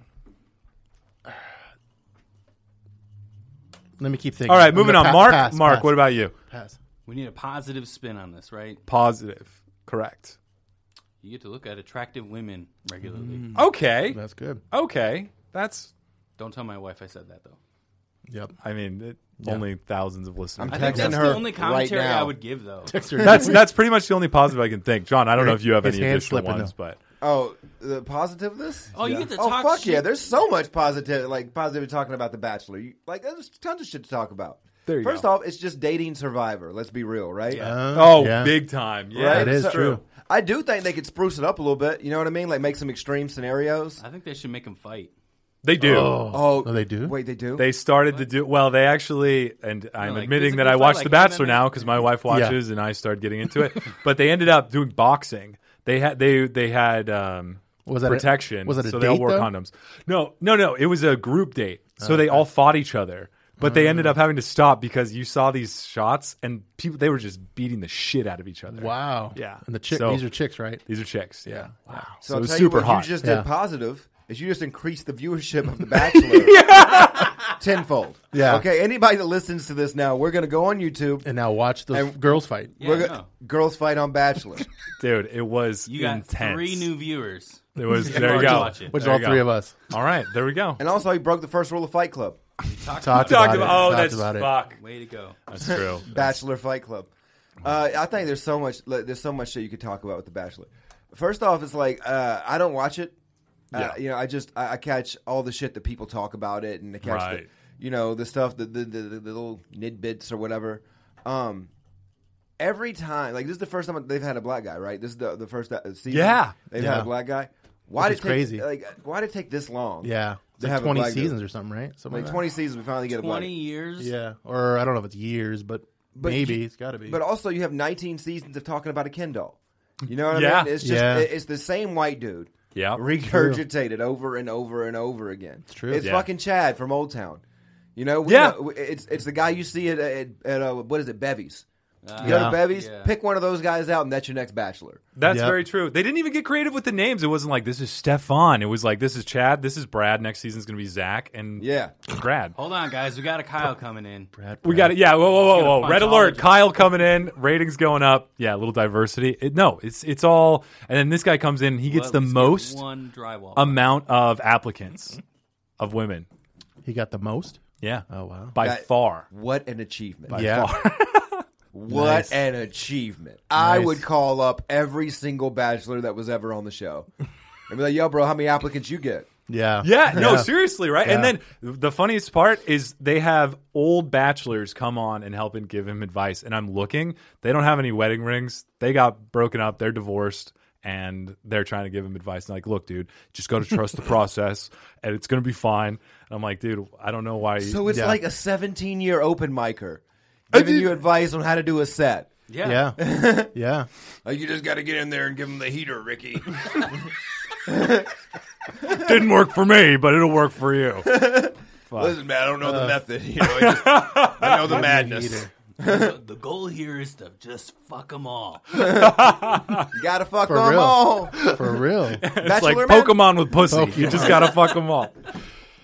Speaker 5: let me keep thinking.
Speaker 3: All right,
Speaker 5: I'm
Speaker 3: moving
Speaker 5: gonna
Speaker 3: on.
Speaker 5: pa-
Speaker 3: Mark,
Speaker 5: pass,
Speaker 3: Mark,
Speaker 5: pass,
Speaker 3: what about you?
Speaker 5: pass?
Speaker 7: We need a positive spin on this, right?
Speaker 3: Positive, correct.
Speaker 7: You get to look at attractive women regularly.
Speaker 5: Mm.
Speaker 3: Okay,
Speaker 5: That's good.
Speaker 3: okay, that's.
Speaker 7: Don't tell my wife I said that though.
Speaker 5: Yep.
Speaker 3: I mean, it, only thousands of listeners.
Speaker 6: I'm
Speaker 7: I think
Speaker 6: Texting
Speaker 7: that's
Speaker 6: her
Speaker 7: the only
Speaker 6: right
Speaker 7: commentary I
Speaker 6: now.
Speaker 7: would give though.
Speaker 3: that's that's pretty much the only positive I can think. John, I don't know if you have
Speaker 5: His
Speaker 3: any
Speaker 5: hand's
Speaker 3: additional
Speaker 5: slipping
Speaker 3: ones,
Speaker 5: now.
Speaker 3: but
Speaker 6: Oh, the positiveness?
Speaker 7: Oh, you get to
Speaker 6: Oh
Speaker 7: talk
Speaker 6: fuck
Speaker 7: shit.
Speaker 6: yeah! There's so much positive, like positive talking about the Bachelor. You, like there's tons of shit to talk about.
Speaker 3: There you
Speaker 6: First
Speaker 3: go.
Speaker 6: off, it's just dating Survivor. Let's be real, right?
Speaker 5: Uh,
Speaker 3: oh,
Speaker 5: yeah.
Speaker 3: big time. Yeah,
Speaker 6: Right?
Speaker 5: That is
Speaker 6: So-
Speaker 5: true.
Speaker 6: I do think they could spruce it up a little bit. You know what I mean? Like make some extreme scenarios.
Speaker 7: I think they should make them fight.
Speaker 3: they do.
Speaker 6: Oh,
Speaker 5: Oh, they do?
Speaker 6: Wait, they do.
Speaker 3: They started to do well. They actually, and I'm
Speaker 7: like
Speaker 3: admitting that
Speaker 7: physically
Speaker 3: I
Speaker 7: fight,
Speaker 3: watch
Speaker 7: like
Speaker 3: The Bachelor
Speaker 7: MMA.
Speaker 3: now because my wife watches, and I started getting into it. but they ended up doing boxing. They had they they had um,
Speaker 5: Was that a-
Speaker 3: protection.
Speaker 5: was it a
Speaker 3: so they all
Speaker 5: date,
Speaker 3: wore
Speaker 5: though?
Speaker 3: condoms. No, no, no. It was a group date, so they all fought each other. But they
Speaker 5: Oh.
Speaker 3: ended up having to stop because you saw these shots, and people they were just beating the shit out of each other.
Speaker 5: wow.
Speaker 3: Yeah.
Speaker 5: And the chick,
Speaker 3: So-
Speaker 5: these are chicks, right?
Speaker 3: These are chicks. Yeah. Wow. So,
Speaker 6: so I'll
Speaker 3: it was
Speaker 6: tell
Speaker 3: super
Speaker 6: you what
Speaker 3: hot.
Speaker 6: you just
Speaker 5: Yeah.
Speaker 6: did positive is you just increased the viewership of The Bachelor tenfold.
Speaker 5: Yeah.
Speaker 6: Okay. Anybody that listens to this now, we're gonna go on YouTube.
Speaker 5: And now watch the
Speaker 6: And-
Speaker 5: girls fight.
Speaker 7: Yeah,
Speaker 6: we're
Speaker 7: I
Speaker 6: go-
Speaker 7: know.
Speaker 6: girls fight on Bachelor.
Speaker 3: Dude, it was
Speaker 7: You got
Speaker 3: intense.
Speaker 7: three new viewers.
Speaker 3: It was there you
Speaker 7: already
Speaker 3: go.
Speaker 7: watch it.
Speaker 5: Which is
Speaker 3: There
Speaker 5: all
Speaker 3: you
Speaker 5: three
Speaker 3: go.
Speaker 5: of us.
Speaker 3: All right, there we go.
Speaker 6: and also, he broke the first rule of Fight Club.
Speaker 7: Talk
Speaker 5: Talked
Speaker 3: Talked about,
Speaker 5: about, it.
Speaker 3: oh,
Speaker 5: Talked
Speaker 3: that's
Speaker 5: about it.
Speaker 3: fuck.
Speaker 7: Way to go.
Speaker 3: That's true.
Speaker 6: Bachelor Fight Club. Uh, I think there's so much. like, There's so much shit you could talk about with The Bachelor. First off, it's like uh, I don't watch it. Uh,
Speaker 3: Yeah.
Speaker 6: you know, I just I, I catch all the shit that people talk about it, and I catch
Speaker 3: Right.
Speaker 6: the, you know the stuff the the, the, the little nidbits or whatever. Um, every time, like this is the first time they've had a black guy, right? This is the the first uh, season.
Speaker 3: Yeah.
Speaker 6: they've
Speaker 5: Yeah.
Speaker 6: had a black guy. Why
Speaker 5: Which
Speaker 6: did
Speaker 5: is
Speaker 6: it take,
Speaker 5: crazy.
Speaker 6: Like why did it take this long?
Speaker 5: Yeah. It's
Speaker 6: They
Speaker 5: like
Speaker 6: have a
Speaker 5: 20
Speaker 6: black dude.
Speaker 5: seasons or something, right? Something
Speaker 6: like 20 seasons we finally get a black.
Speaker 7: Twenty years.
Speaker 5: Yeah. Or I don't know if it's years, but,
Speaker 6: But
Speaker 5: maybe.
Speaker 6: you-
Speaker 5: it's got to be.
Speaker 6: But also, you have 19 seasons of talking about a Ken doll. You know what
Speaker 3: Yeah.
Speaker 6: I mean? It's just
Speaker 5: Yeah.
Speaker 6: it- it's the same white dude
Speaker 3: Yeah.
Speaker 6: regurgitated over and over and over again. It's
Speaker 5: true.
Speaker 6: It's
Speaker 3: Yeah.
Speaker 6: fucking Chad from Old Town. You know, we
Speaker 3: Yeah.
Speaker 6: know- we- it's it's the guy you see at at, at uh, what is it, Bevy's? You go
Speaker 5: Yeah.
Speaker 6: to Bevy's,
Speaker 7: Yeah.
Speaker 6: pick one of those guys out, and that's your next Bachelor.
Speaker 3: That's
Speaker 5: Yep.
Speaker 3: very true. They didn't even get creative with the names. It wasn't like this is Stefan. It was like this is Chad. This is Brad. Next season's gonna be Zach and
Speaker 6: Yeah,
Speaker 3: Brad.
Speaker 5: Oh,
Speaker 7: Hold on, guys. We got a Kyle coming in.
Speaker 5: Brad
Speaker 3: We
Speaker 5: Pitt.
Speaker 3: got it. Yeah. Whoa, whoa,
Speaker 7: He's
Speaker 3: whoa,
Speaker 7: gonna
Speaker 3: whoa.
Speaker 7: punch
Speaker 3: Red
Speaker 7: all
Speaker 3: alert.
Speaker 7: of you.
Speaker 3: Kyle coming in. Ratings going up. Yeah. A little diversity. It, no, it's it's all. And then this guy comes in. He
Speaker 7: Well,
Speaker 3: gets
Speaker 7: at
Speaker 3: the
Speaker 7: least get
Speaker 3: most um,
Speaker 7: one drywall.
Speaker 3: amount of applicants of women.
Speaker 5: He got the most?
Speaker 3: Yeah.
Speaker 5: Oh, wow.
Speaker 3: By
Speaker 6: That-
Speaker 3: far.
Speaker 6: what an achievement!
Speaker 5: yeah.
Speaker 6: What an achievement! I would call up every single Bachelor that was ever on the show. I'd be like, "Yo, bro, how many applicants you get?"
Speaker 5: Yeah.
Speaker 3: Yeah, no,
Speaker 5: Yeah.
Speaker 3: seriously, right? And then the funniest part is they have old bachelors come on and help and give him advice. And I'm looking, they don't have any wedding rings. They got broken up, they're divorced, and they're trying to give him advice. And like, look, dude, just got to trust the process, and it's gonna be fine. And I'm like, dude, I don't know why. you-
Speaker 6: So it's
Speaker 5: Yeah.
Speaker 6: like a 17 year open micer giving you advice on how to do a set.
Speaker 7: Yeah.
Speaker 5: Yeah. yeah.
Speaker 6: Like, you just got to get in there and give them the heater, Ricky.
Speaker 3: it didn't work for me, but it'll work for you.
Speaker 6: Listen, man, I don't know the method. You know, I, just, I know the madness.
Speaker 7: the the goal here is to just fuck them all.
Speaker 6: You got to fuck
Speaker 5: For
Speaker 6: them
Speaker 5: real.
Speaker 6: all.
Speaker 5: For real.
Speaker 3: It's like
Speaker 6: Bachelor man?
Speaker 3: Pokemon with pussy. You just gotta fuck them all.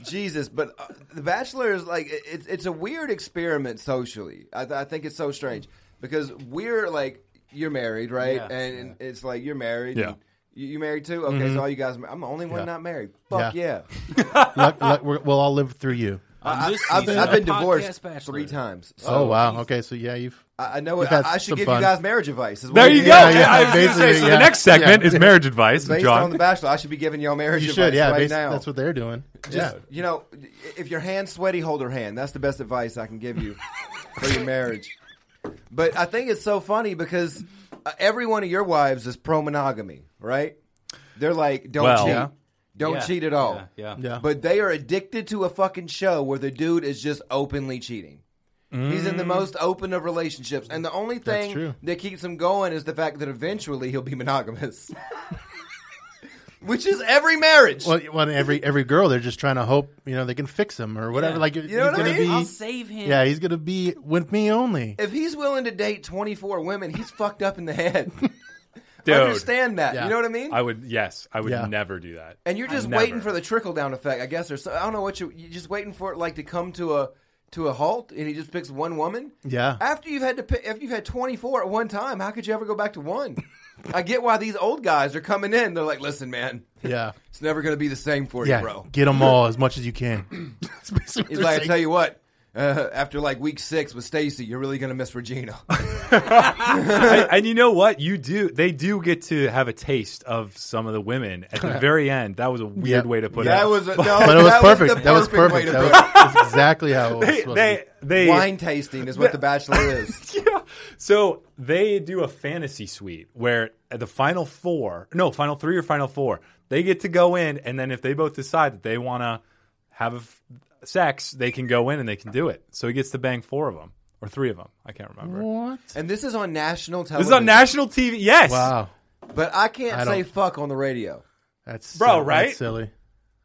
Speaker 6: Jesus, but uh, The Bachelor is like it- it's it's a weird experiment socially. I, th- I think it's so strange because we're like you're married, right?
Speaker 7: Yeah.
Speaker 6: and, and it's like you're married.
Speaker 3: Yeah.
Speaker 6: and You, you married too? Okay, so all you guys, I'm the only one
Speaker 5: Yeah.
Speaker 6: not married. Fuck yeah!
Speaker 5: Luck- luck- we're- we'll all live through you.
Speaker 7: On this
Speaker 6: I've been,
Speaker 7: season
Speaker 6: I've
Speaker 7: of
Speaker 6: been
Speaker 7: Podcast
Speaker 6: divorced
Speaker 7: Bachelor.
Speaker 6: three times. So
Speaker 5: Oh, wow. Okay, so yeah, you've.
Speaker 6: I, I know.
Speaker 5: You've
Speaker 6: It,
Speaker 5: had
Speaker 6: I, I should
Speaker 5: some
Speaker 6: give
Speaker 5: fun.
Speaker 6: you guys marriage advice. is what
Speaker 3: There
Speaker 6: it
Speaker 3: you
Speaker 6: is.
Speaker 3: go.
Speaker 5: Yeah, yeah,
Speaker 3: I was gonna say,
Speaker 5: basically,
Speaker 3: so
Speaker 5: yeah.
Speaker 3: the next segment
Speaker 5: Yeah.
Speaker 3: is marriage advice,
Speaker 6: Based
Speaker 3: John.
Speaker 6: on The Bachelor, I should be giving y'all marriage
Speaker 5: You
Speaker 6: advice
Speaker 5: should, yeah.
Speaker 6: right
Speaker 5: basically,
Speaker 6: now.
Speaker 5: that's what they're doing.
Speaker 6: Just
Speaker 5: yeah.
Speaker 6: you know, if your hand's sweaty, hold her hand. That's the best advice I can give you for your marriage. But I think it's so funny because uh, every one of your wives is pro monogamy, right? They're like, don't
Speaker 3: Well-
Speaker 6: cheat,
Speaker 3: Yeah.
Speaker 6: don't
Speaker 7: Yeah,
Speaker 6: cheat at all.
Speaker 7: Yeah. yeah.
Speaker 5: Yeah.
Speaker 6: But they are addicted to a fucking show where the dude is just openly cheating. He's in the most open of relationships, and the only
Speaker 5: Mm. true.
Speaker 6: thing that keeps him going is the fact that eventually he'll be monogamous, which is every marriage.
Speaker 5: Well, well, every every girl, they're just trying to hope you know they can fix him or whatever.
Speaker 7: Yeah.
Speaker 5: Like
Speaker 6: know what I
Speaker 5: he's gonna
Speaker 6: mean?
Speaker 5: be,
Speaker 7: I'll save him.
Speaker 5: yeah, he's gonna be with me only.
Speaker 6: if he's willing to date 24 women, he's fucked up in the head.
Speaker 3: Dude,
Speaker 6: Understand that.
Speaker 5: Yeah.
Speaker 6: You know what I mean?
Speaker 3: I would yes, I would
Speaker 5: Yeah.
Speaker 3: never do that.
Speaker 6: and you're just
Speaker 3: never.
Speaker 6: waiting for the trickle down effect, I guess, or so, I don't know what you you're just waiting for it like to come to a to a halt, and he just picks one woman.
Speaker 5: Yeah.
Speaker 6: After you've had to pick, after you've had 24 at one time, how could you ever go back to one? I get why these old guys are coming in. They're like, listen, man,
Speaker 5: Yeah,
Speaker 6: it's never going to be the same for
Speaker 5: yeah.
Speaker 6: you, bro.
Speaker 5: Get them all as much as you can. That's basically what
Speaker 6: He's
Speaker 5: they're
Speaker 6: like, I
Speaker 5: saying.
Speaker 6: tell you what. Uh, after like week six with Stacy, you're really gonna miss Regina.
Speaker 3: and, and you know what? You do. They do get to have a taste of some of the women at the very end. That was a weird
Speaker 5: Yeah.
Speaker 3: way to put
Speaker 6: that
Speaker 3: it.
Speaker 6: was a, no,
Speaker 5: but it was
Speaker 6: that
Speaker 5: perfect.
Speaker 6: the
Speaker 5: that was
Speaker 6: perfect way
Speaker 5: perfect.
Speaker 6: to
Speaker 5: That
Speaker 6: put
Speaker 5: was,
Speaker 6: it.
Speaker 5: that's exactly how it was
Speaker 3: they
Speaker 5: supposed
Speaker 3: they,
Speaker 5: to
Speaker 3: they
Speaker 6: wine tasting is what the bachelor is
Speaker 3: Yeah. So they do a fantasy suite where at the final four, no, final three or final four, they get to go in, and then if they both decide that they want to have a f- sex, they can go in and they can do it. So he gets to bang four of them or three of them. I can't remember.
Speaker 5: be. What?
Speaker 6: and this is on national television
Speaker 3: This is on national TV. Yes.
Speaker 5: Wow,
Speaker 6: but i can't
Speaker 5: I
Speaker 6: say
Speaker 5: don't-
Speaker 6: fuck on the radio
Speaker 5: that's
Speaker 3: Bro,
Speaker 5: silly. That's
Speaker 3: right?
Speaker 5: silly.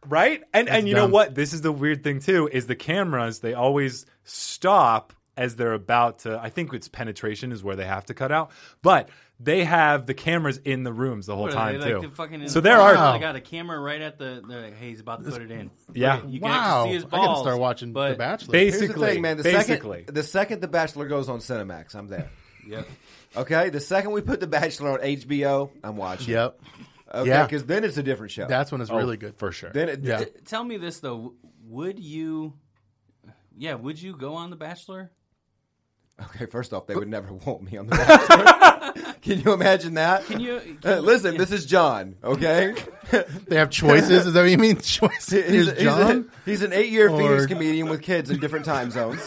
Speaker 3: Right? And and you know
Speaker 5: dumb.
Speaker 3: what? This is the weird thing too is the cameras they always stop as they're about to I think it's penetration is where they have to cut out, but they have the cameras in the rooms the whole
Speaker 7: What are
Speaker 3: time
Speaker 7: they, like,
Speaker 3: too.
Speaker 7: the fucking-
Speaker 3: so there are
Speaker 5: Wow.
Speaker 7: They got a camera right at the. They're like, hey, he's about to put it in.
Speaker 3: yeah.
Speaker 7: Look at- you can
Speaker 5: Wow,
Speaker 7: actually see his
Speaker 5: I
Speaker 7: balls.
Speaker 5: gotta start watching
Speaker 7: but
Speaker 5: The Bachelor.
Speaker 3: basically
Speaker 6: here's the thing man the
Speaker 3: basically.
Speaker 6: second the second the bachelor goes on cinemax i'm there
Speaker 7: Yep.
Speaker 6: okay the second we put the bachelor on hbo i'm watching
Speaker 5: Yep,
Speaker 6: okay
Speaker 5: yeah.
Speaker 6: because then it's a different show
Speaker 5: that's when it's really good.
Speaker 3: for sure.
Speaker 6: then it,
Speaker 5: Yeah.
Speaker 7: Tell me this though: W- Would you? Yeah, would you go on The Bachelor?
Speaker 6: okay first off they would never want me on the Bachelor. can you imagine that
Speaker 7: Can you?
Speaker 6: Uh,
Speaker 7: can-
Speaker 6: listen this is john okay
Speaker 5: They have choices. Is that what you mean? Choices.
Speaker 6: he's,
Speaker 5: Here's
Speaker 6: he's a-
Speaker 5: John.
Speaker 6: he's an eight-year phoenix
Speaker 5: Or-
Speaker 6: comedian with kids in different time zones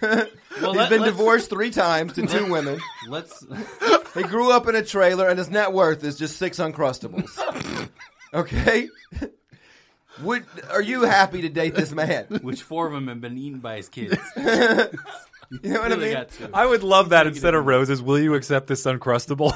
Speaker 7: well,
Speaker 6: he's
Speaker 7: let-
Speaker 6: been
Speaker 7: let's-
Speaker 6: divorced three times to two women
Speaker 7: Let's.
Speaker 6: He grew up in a trailer, and his net worth is just six uncrustables. okay, would are you happy to date this man?
Speaker 7: Which four of them have been eaten by his kids?
Speaker 6: You know what
Speaker 7: Really
Speaker 6: I mean?
Speaker 7: got two.
Speaker 3: I would love that instead of roses. Will you accept this uncrustable?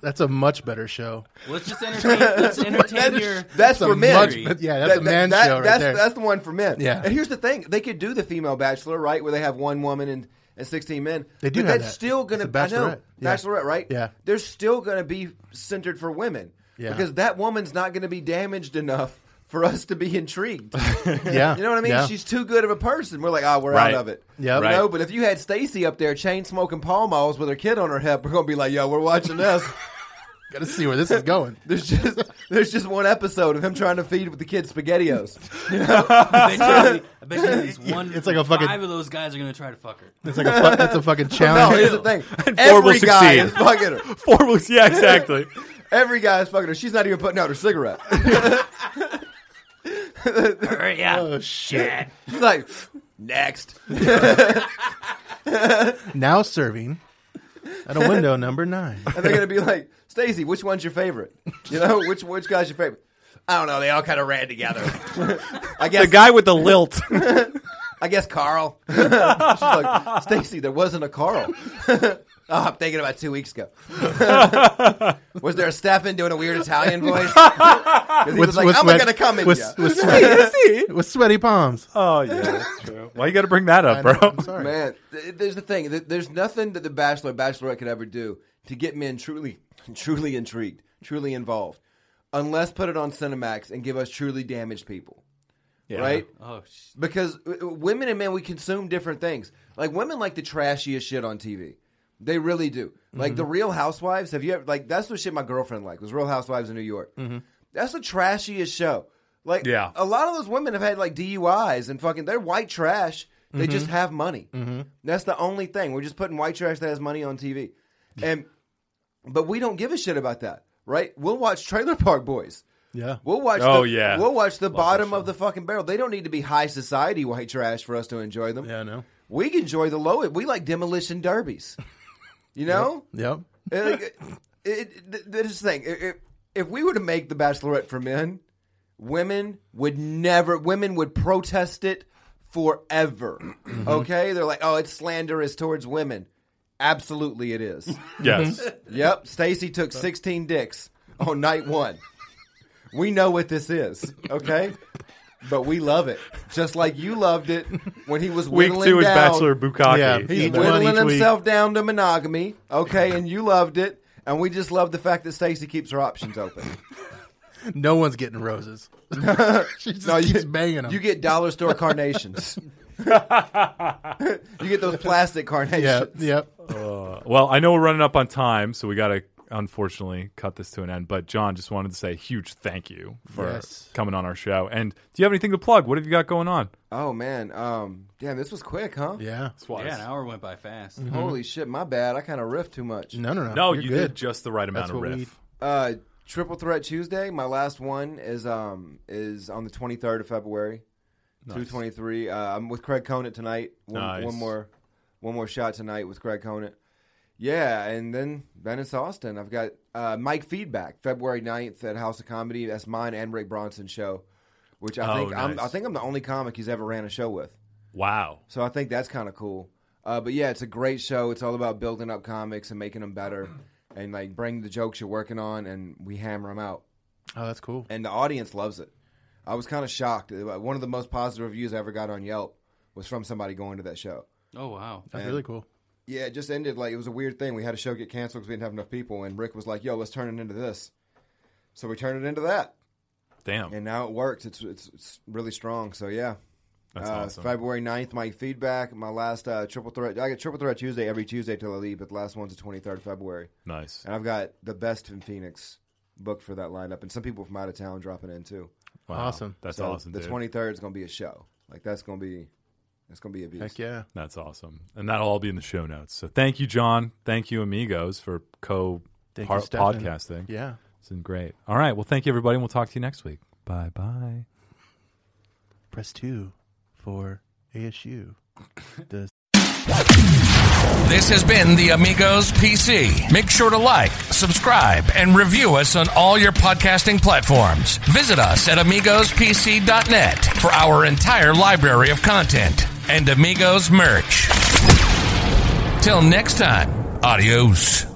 Speaker 5: That's a much better show.
Speaker 7: Let's just entertain. Let's entertain
Speaker 6: That-
Speaker 7: your.
Speaker 6: that's for
Speaker 5: a
Speaker 6: men.
Speaker 5: much- but yeah, that's a man show right
Speaker 6: that's,
Speaker 5: there.
Speaker 6: That's the one for men.
Speaker 5: Yeah.
Speaker 6: And here's the thing: they could do the female bachelor, right, where they have one woman and, and sixteen men.
Speaker 5: They do
Speaker 6: But
Speaker 5: have
Speaker 6: that's
Speaker 5: that.
Speaker 6: still going
Speaker 5: It's a
Speaker 6: to I know
Speaker 5: bachelorette. Yeah.
Speaker 6: bachelorette, right?
Speaker 5: Yeah.
Speaker 6: They're still going to be centered for women.
Speaker 5: Yeah.
Speaker 6: Because that woman's not going to be damaged enough for us to be intrigued.
Speaker 5: Yeah,
Speaker 6: You know what I mean?
Speaker 5: Yeah.
Speaker 6: She's too good of a person. We're like, ah, we're
Speaker 3: Right.
Speaker 6: out of it.
Speaker 5: Yep. Right.
Speaker 6: No, but if you had Stacy up there chain smoking palm malls with her kid on her hip, we're gonna be like, yo, we're watching this.
Speaker 5: gotta see where this is going.
Speaker 6: there's just there's just one episode of him trying to feed with the kid spaghettios.
Speaker 7: I bet you- I bet you at least one.
Speaker 5: It's like a fucking-
Speaker 7: Five of those guys are gonna try to fuck her.
Speaker 5: It's like a fu- that's a fucking
Speaker 6: No,
Speaker 5: challenge.
Speaker 6: Oh, here's the thing.
Speaker 3: four will
Speaker 6: Every guy
Speaker 3: succeed.
Speaker 6: is fucking her.
Speaker 3: Four weeks. Yeah, exactly.
Speaker 6: Every guy is fucking her. She's not even putting out her cigarette.
Speaker 7: Hurry up.
Speaker 5: oh shit!
Speaker 6: She's like, next.
Speaker 5: Now serving at a window number nine.
Speaker 6: And they're gonna be like, Stacy, which one's your favorite? You know, which which guy's your favorite? I don't know. They all kind of ran together. I guess
Speaker 3: The guy with the lilt.
Speaker 6: I guess Carl. She's like, Stacy, there wasn't a Carl. oh, I'm thinking about two weeks ago. was there a Stefan doing a weird Italian voice? 'Cause he was like, I'm
Speaker 5: sweat-
Speaker 6: going to come in
Speaker 5: with,
Speaker 6: ya."
Speaker 5: with sweaty, with sweaty palms.
Speaker 3: oh yeah, that's true. Why you got to bring that up, bro?
Speaker 5: I'm sorry.
Speaker 6: Man, th- there's the thing. Th- There's nothing that the Bachelor or Bachelorette could ever do to get men truly, truly intrigued, truly involved, unless put it on Cinemax and give us truly damaged people.
Speaker 3: Yeah.
Speaker 6: right?
Speaker 7: Oh, sh-
Speaker 6: Because w- w- women and men, we consume different things. Like women like the trashiest shit on TV. They really do. Like the Real Housewives. Have you ever like that's the shit my girlfriend liked was Real Housewives of New York. That's the trashiest show. Like
Speaker 3: Yeah.
Speaker 6: a lot of those women have had like DUIs and fucking they're white trash. They just have money. That's the only thing. We're just putting white trash that has money on TV. And but we don't give a shit about that, right? We'll watch Trailer Park Boys.
Speaker 5: Yeah.
Speaker 6: We'll watch.
Speaker 3: Oh,
Speaker 6: the,
Speaker 3: yeah.
Speaker 6: We'll watch the bottom of the fucking barrel. They don't need to be high society white trash for us to enjoy them.
Speaker 5: Yeah, I know.
Speaker 6: We can enjoy the low. We like demolition derbies. You know,
Speaker 5: Yep.
Speaker 6: It- like, it, it, th- this thing. It, it, if we were to make the Bachelorette for men, women would never. Women would protest it forever. okay, they're like, oh, it's slanderous towards women. Absolutely, it is.
Speaker 3: Yes.
Speaker 6: Yep, Stacy took 16 dicks on night one. We know what this is, okay? But we love it, just like you loved it when he was
Speaker 3: Week
Speaker 6: whittling
Speaker 3: two is
Speaker 6: down.
Speaker 3: Bachelor Bukaki.
Speaker 5: Yeah.
Speaker 6: He's
Speaker 5: Each one
Speaker 6: whittling
Speaker 5: each week.
Speaker 6: himself down to monogamy, okay? And you loved it, and we just love the fact that Stacy keeps her options open.
Speaker 5: No one's getting roses. she just
Speaker 6: No, you-
Speaker 5: keeps banging them.
Speaker 6: You get dollar store carnations. you get those plastic carnations.
Speaker 5: yeah. Yep.
Speaker 3: Well, I know we're running up on time, so we got to unfortunately cut this to an end. But John just wanted to say a huge thank you for
Speaker 5: Yes.
Speaker 3: coming on our show. And do you have anything to plug? What have you got going on?
Speaker 6: Oh man, um, damn, this was quick, huh?
Speaker 5: Yeah.
Speaker 7: yeah, an hour went by fast.
Speaker 6: Holy shit, my bad. I kind of riffed too much.
Speaker 5: No, no, no.
Speaker 3: No,
Speaker 5: You're
Speaker 3: you
Speaker 5: good.
Speaker 3: did just the right amount
Speaker 5: That's
Speaker 3: of
Speaker 5: what we-
Speaker 3: riff.
Speaker 6: Uh, Triple Threat Tuesday. My last one is um is on the twenty third of February, two twenty three. Uh, I'm with Craig Conant tonight. One,
Speaker 3: Nice.
Speaker 6: one more, one more shot tonight with Craig Conant. Yeah, and then then it's Austin. I've got uh, Mike Feedback February 9th at House of Comedy. That's mine and Rick Bronson's show, which I
Speaker 3: Oh,
Speaker 6: think I'm,
Speaker 3: nice.
Speaker 6: I think I'm the only comic he's ever ran a show with.
Speaker 3: Wow.
Speaker 6: So I think that's kind of cool. Uh, but yeah, it's a great show. It's all about building up comics and making them better, and like bring the jokes you're working on, and we hammer them out.
Speaker 5: Oh, that's cool.
Speaker 6: And the audience loves it. I was kind of shocked. Uh, One of the most positive reviews I ever got on Yelp was from somebody going to that show.
Speaker 7: Oh wow.
Speaker 5: That's
Speaker 6: And-
Speaker 5: really cool.
Speaker 6: Yeah, it just ended like it was a weird thing. We had a show get canceled because we didn't have enough people, and Rick was like, "Yo, let's turn it into this." So we turned it into that,
Speaker 3: Damn.
Speaker 6: and now it works. It's it's, it's really strong. So yeah,
Speaker 3: That's
Speaker 6: uh,
Speaker 3: awesome.
Speaker 6: February 9th, my feedback, my last uh, triple threat. I get triple threat Tuesday every Tuesday till I leave, but the last one's the 23rd February.
Speaker 3: nice.
Speaker 6: And I've got the best in Phoenix booked for that lineup, and some people from out of town dropping in too.
Speaker 3: Wow.
Speaker 5: Awesome.
Speaker 3: That's
Speaker 6: So
Speaker 3: awesome.
Speaker 6: The
Speaker 3: dude.
Speaker 6: 23rd is going to be a show. Like, that's going to be. It's gonna be a beast.
Speaker 5: Heck yeah.
Speaker 3: That's awesome. And that'll all be in the show notes. So thank you, John. Thank you, amigos, for co
Speaker 5: Thank
Speaker 3: par-
Speaker 5: you, Stefan.
Speaker 3: podcasting.
Speaker 5: Yeah.
Speaker 3: It's been great. All right. Well, thank you, everybody. And we'll talk to you next week. Bye bye.
Speaker 5: Press two for ASU. The
Speaker 2: This has been the Amigos PC. Make sure to like, subscribe, and review us on all your podcasting platforms. Visit us at amigospc.net for our entire library of content and Amigos merch. Till next time, adios.